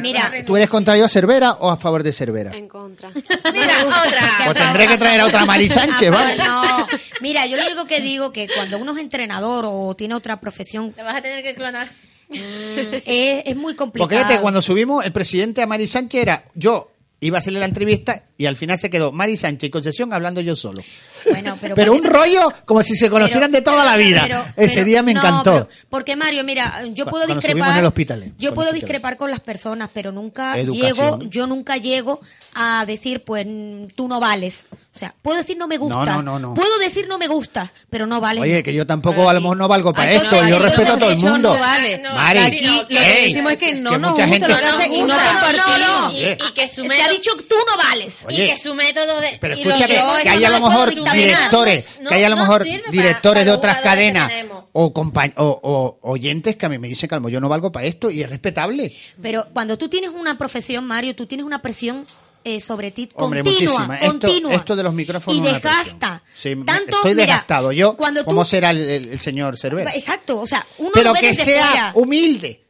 Mira, ¿Tú eres contrario a Cervera o a favor de Cervera? En contra. mira, otra. O Pues tendré que traer a otra Mari Sánchez, Ah, ¿vale? No, mira, yo lo único que digo que cuando uno es entrenador o tiene otra profesión, La vas a tener que clonar. es, es muy complicado. Porque fíjate, cuando subimos, el presidente a Mari Sánchez era yo. Iba a hacerle la entrevista y Y al final se quedó Mari Sánchez y Concesión hablando yo solo. Bueno, Pero, pero, un rollo como si se conocieran pero- de toda la vida. pero- Ese pero- día me no, encantó. pero- porque Mario, mira, yo Cu- puedo cuando discrepar. estuvimos en el hospital, eh, yo con puedo hospitales. discrepar con las personas, pero nunca Educación. llego, yo nunca llego a decir, pues mm, tú no vales. O sea, puedo decir no me gusta. no, no, no. Puedo decir no me gusta, pero no vales. Oye, que yo tampoco a lo mejor no valgo para Ay, no, eso. Mari, yo no, respeto no, a todo el de hecho, mundo. no vale. No, Mari, Mari, no, Lo que ey, decimos es que no que nos mucha gusta gente lo se- que hacen y no gusta. compartimos. No, no. Y, y que su se ha método- dicho tú no vales. Oye. y que su método de Pero y los escúchame, dos- que eso hay a no lo lo mejor puedo dictaminar. directores, No, que hay a lo no mejor sirve para- directores para de los otras jugadores que cadenas tenemos. o, compa- o, o oyentes que a mí me dicen, calmo, yo no valgo para esto y es respetable. Pero cuando tú tienes una profesión, Mario, tú tienes una presión eh, sobre ti Hombre, continua, muchísima. Esto- continua. esto de los micrófonos Y es una desgasta. presión. Sí, me- Tanto, estoy mira, desgastado. Yo, cuando tú- ¿cómo será el, el- el señor Cervera? Exacto, o sea, uno Pero lo ve que desde sea fuera. humilde.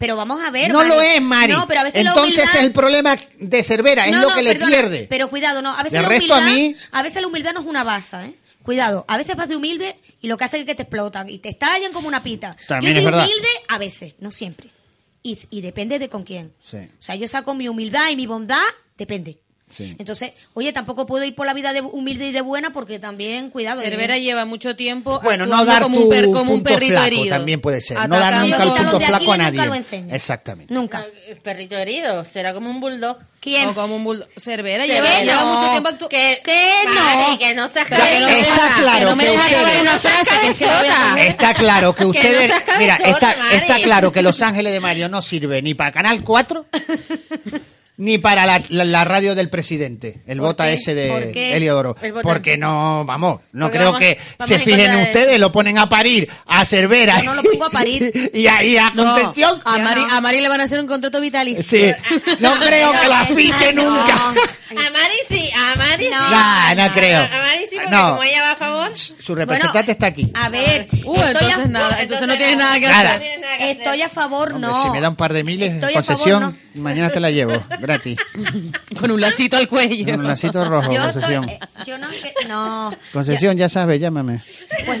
Pero vamos a ver. no Mari. lo es, Mari. No, pero a veces la Entonces humildad- es el problema de Cervera, es No, lo no, que le perdona, pierde. Pero cuidado, no. A veces, De la resto, a humildad, mí- a veces la humildad no es una baza, ¿eh? Cuidado, a veces vas de humilde y lo que hacen es que te explotan y te estallan como una pita. También yo es soy verdad. humilde a veces, no siempre. Y, y depende de con quién. Sí. O sea, yo saco mi humildad y mi bondad, depende. Sí. Entonces, oye, tampoco puedo ir por la vida de humilde y de buena porque también, cuidado. ¿eh? Cervera lleva mucho tiempo Bueno, no actuando dar como tu un, per- como un punto perrito flaco herido. también puede ser. No dar Atacando nunca el con- punto de aquí flaco a nunca lo nadie. enseño. Exactamente. Nunca. El perrito herido, será como un bulldog. ¿Quién? o como un bulldog. Cervera Se lleva, ve, lleva no, mucho tiempo actuando. que, que Mari, no. que no se Ya, que no me Está deja- claro que no me que deja ustedes- acabar una No seas frase, que es que lo voy a cabezota. comer. Está claro que Que no ustedes. seas cabezota, mira, está, Mari. está claro que Los Ángeles de Mario no sirve ni para Canal 4 ni para la, la- la radio del presidente, el ¿Por bota qué? ese ¿Por de qué? Eliodoro. El bota. Porque no, vamos, no Porque creo vamos- que vamos se en fijen contra de- ustedes, lo ponen a parir, a Cervera. Yo no lo pongo a parir. y ahí a No, Concepción. a, Mari, a Mari le van a hacer un contrato vitalicio. Sí, no creo que la fiche Ay, no. nunca. A Mari sí, a Mari No. sí. No, no creo. A Mari sí, porque No. como ella va a favor. Su representante Bueno, está aquí. A ver, Uh, estoy a- entonces nada, entonces no tienes nada que Nada. hacer. tiene nada que hacer. Estoy a favor, Hombre, no. Si me da un par de miles en Estoy a concesión, favor, no. mañana te la llevo, gratis. Con un lacito al cuello. Con un lacito rojo, Yo, estoy- concesión. eh, yo no, que- no. Concesión, ya sabes, llámame. Pues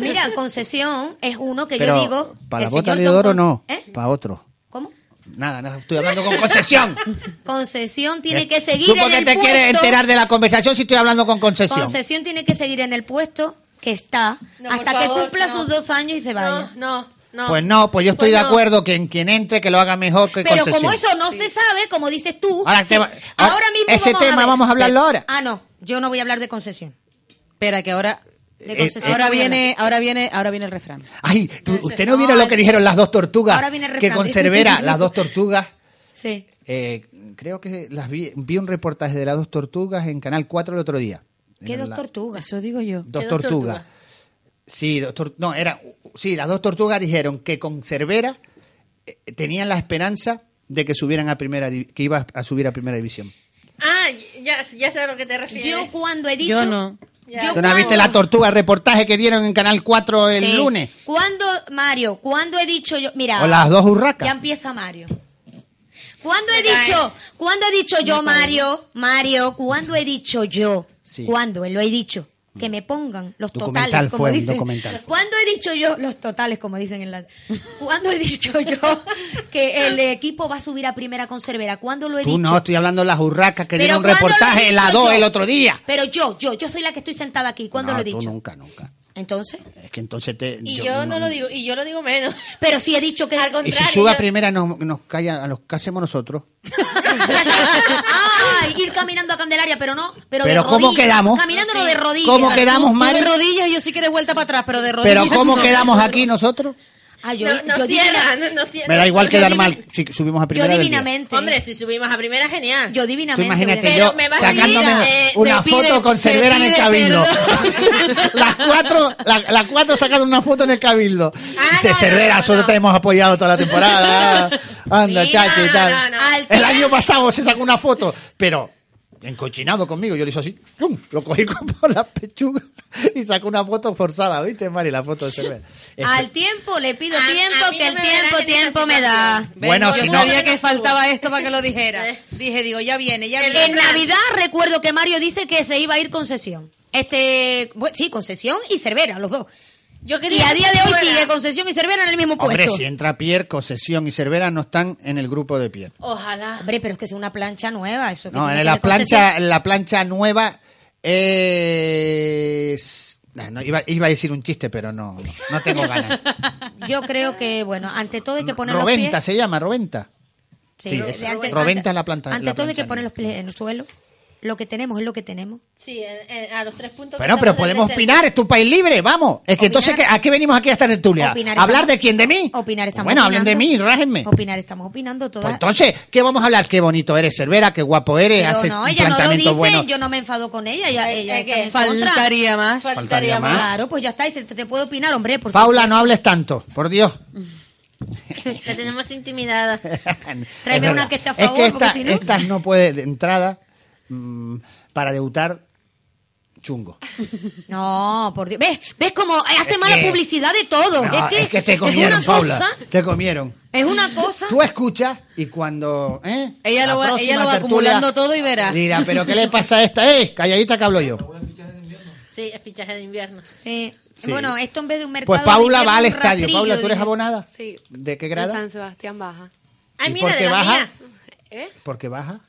mira, concesión es uno que Pero yo digo. para la el bota señor de Don oro Con- no, ¿Eh? para otro. ¿Cómo? Nada, no, estoy hablando con concesión. Concesión tiene que Eh, ¿Tú seguir por en qué el te puesto. quieres enterar de la conversación si estoy hablando con concesión? Concesión tiene que seguir en el puesto que está No, por hasta que favor, cumpla no. sus dos años y se vaya. No, no, no. Pues no, pues yo estoy de no. acuerdo que en quien entre que lo haga mejor que Pero concesión. como eso no se sabe, como dices tú, Ahora sí, te va- ahora- ahora mismo ese vamos a tema ver. vamos a hablarlo ahora. Ah, no, yo no voy a hablar de concesión. Espera, que ahora, De Eh, concesión ahora no voy a hablar. viene, ahora viene, ahora viene el refrán. Ay, tú- usted no No, vieron lo que dijeron las dos tortugas. ahora viene el que refrán. con Cervera, las dos tortugas. Sí. eh, creo que las vi, vi un reportaje de las dos tortugas en Canal 4 el otro día. ¿Qué En dos la- tortugas? Eso digo yo. Dos ¿Qué dos tortugas. tortugas? Sí, dos tor- no, era, sí, las dos tortugas dijeron que con Cervera eh, tenían la esperanza de que subieran a primera div- que iba a subir a primera división. Ah, ya, ya sé a lo que te refieres. Yo cuando he dicho. Yo no. Ya. yo ¿Tú no viste la tortuga el reportaje que dieron en Canal 4 el Sí. lunes? ¿Cuándo, Mario? ¿Cuándo he dicho yo? Mira. O las dos Ya urracas. empieza Mario. ¿Cuándo he Me cae. dicho? ¿Cuándo he dicho yo, Mario? Mario, ¿cuándo he dicho yo? Sí. ¿Cuándo lo he dicho? Que me pongan los Documental totales, como fue, un dicen. documental. ¿Cuándo he dicho yo los totales, como dicen en la... ¿Cuándo he dicho yo que el equipo va a subir a primera con Cervera? ¿Cuándo lo he Tú dicho? no, estoy hablando de las urracas que dieron Pero un ¿cuándo lo he reportaje en las dicho dos yo? el otro día. Pero yo, yo, yo soy la que estoy sentada aquí. ¿Cuándo No, lo he tú dicho? nunca, nunca. Entonces. Es que entonces te y yo, no, lo digo, y yo lo digo menos. Pero sí he dicho que... Al contrario, Y si sube a yo- primera nos, nos calla a los que hacemos nosotros. Ay, ir caminando a Candelaria, pero no. Pero, de Pero ¿cómo rodillas, quedamos? Caminándolo de rodillas. ¿Cómo quedamos, Tú Mari? de rodillas, yo sí quieres vuelta para atrás, pero de rodillas. Pero ¿cómo no. quedamos aquí nosotros? Ay, Ah, yo, No, no yo cierra, divina- no, no cierra. Me da igual Yo quedar divina- mal si subimos a yo primera del día. divinamente. Hombre, si subimos a primera, genial. yo Tú divinamente. imagínate voy a- yo Pero me vas a sacándome decir, eh, una se foto pide- con se Cervera en el pide cabildo. las cuatro, la- las cuatro sacando una foto en el cabildo. Ah, Dice no, no, Cervera, no, nosotros no. te hemos apoyado toda la temporada. Anda, Mira, chacho y tal. no, no. Al- El año pasado se sacó una foto, pero encochinado conmigo, yo le hice así, ¡pum! lo cogí con- por la pechuga y sacó una foto forzada, ¿viste, Mari? La foto de Cervera. Eso- Al tiempo le pido A- a tiempo mí que no el me verás tiempo, en esa tiempo me da. Ven, Bueno, yo si no- sabía que faltaba esto para que lo dijera. Ves. Dije, digo, ya viene, ya En viene. Navidad recuerdo que Mario dice que se iba a ir concesión. Este, bu- sí, concesión y Cervera, los dos. Yo y quería a día de hoy fuera. sigue Concesión y Cervera en el mismo Hombre, puesto. si entra Pierre, Concesión y Cervera no están en el grupo de Pierre. Ojalá. Hombre, pero es que es una plancha nueva. Eso que No, en tiene que la ver Concesión. plancha, en la plancha nueva es... Nah, no, iba, iba a decir un chiste, pero no, no, no tengo ganas. Yo creo que, bueno, ante todo hay que poner los Roventa pies. se llama, Roventa. Sí, Sí, ante- es- ante- Roventa es la planta. Ante la todo hay plancha que poner nueva. los pies en el suelo. Lo que tenemos es lo que tenemos. Sí, en- en- a los tres puntos. que Bueno, pero estamos del podemos descenso. opinar, es tu país libre, vamos. Es que entonces, ¿qué- ¿a qué venimos aquí a estar en Tulia? Opinar ¿Hablar estamos- de quién? ¿De mí? Opinar estamos bueno, hablen de mí, opinando. rájenme. Opinar estamos opinando todas. Pues entonces, ¿qué vamos a hablar? Qué bonito eres, Cervera, qué guapo eres, Pero haces no, un ella no lo planteamiento dice, bueno. yo no me enfado con ella, ella, Eh, ella eh, está que en contra. Faltaría más. Faltaría más. Claro, pues ya está, y se te, te puede opinar, hombre. Por Paula, supuesto. no hables tanto, por Dios. La tenemos intimidada. Es Tráeme una verdad. que esté a Es favor, esta- porque si no- Estas no puede, de entrada, mm, para debutar, chungo. No, por Dios. ¿Ves? ¿Ves cómo hace mala que- publicidad de todo? No, es, que, te es comieron, una Paula. cosa. Te comieron. Es una cosa. Tú escuchas y cuando. ¿eh? Ella La lo va- próxima ella lo va tertulia acumulando todo y verá. Dirá, pero ¿qué le pasa a esta? ¡Eh! Calladita que hablo yo. Sí, es fichaje de invierno. Sí. Sí. Bueno, esto en vez de un mercado. Pues Paula de va al un estadio. rastrillo, Paula, ¿tú eres digo. abonada? Sí. ¿De qué En grado? San Sebastián Baja. Ay, ¿Y mira, por qué de la baja? mía. ¿Eh? Porque baja.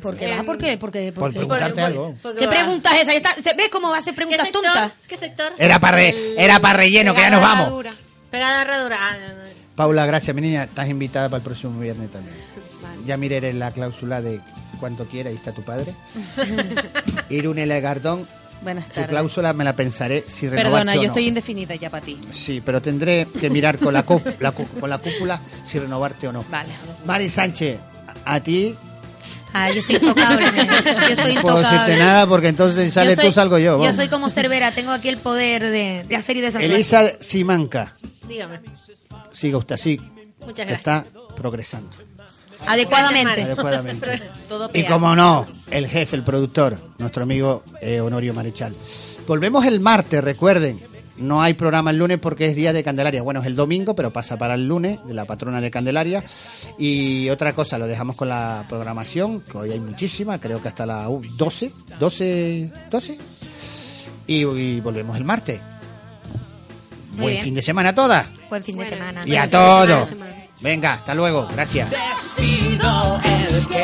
¿Por Eh, qué? ¿Por qué? ¿Por qué? Por ¿Por qué? preguntarte Por- algo. por- ¿Qué preguntas es esa? Ahí está- ¿se- ¿Ves cómo hace ¿Qué preguntas sector? tontas? ¿Qué sector? Era para, re- era para relleno, que ya nos Pegada vamos. herradura. Pegada herradura. Ah, no, no. Paula, gracias, mi niña. Estás invitada para el próximo viernes también. Vale. Ya miré en la cláusula de cuanto quiera, ahí está tu padre. Irune Legardón, Buenas tu tardes. cláusula me la pensaré si renovaste Perdona, o yo no. estoy indefinida ya para ti. Sí, pero tendré que mirar con la, cúp- la cúp- con la cúpula si renovarte o no. Vale. Mari Sánchez, a a ti Ah, yo soy intocable. nena. Yo soy no puedo decirte intocable. Pues nada porque entonces Yo sale soy- tú, salgo yo. Yo vamos. soy como Cervera, tengo aquí el poder de, de hacer y deshacer. Elisa Simanca, Dígame. siga usted así, Muchas que gracias. está progresando Adecuadamente. adecuadamente. Todo Y pegado. como no, el jefe, el productor, nuestro amigo eh, Honorio Marechal. Volvemos el martes, recuerden. No hay programa el lunes porque es día de Candelaria. Bueno, es el domingo, pero pasa para el lunes, de la patrona de Candelaria. Y otra cosa, lo dejamos con la programación, que hoy hay muchísima, creo que hasta las 12, 12, 12. Y, y volvemos el martes. Muy Buen bien. fin de semana a todas Buen fin de semana. y a Buen fin de todos. semana. Venga, hasta luego. Gracias. Decido el que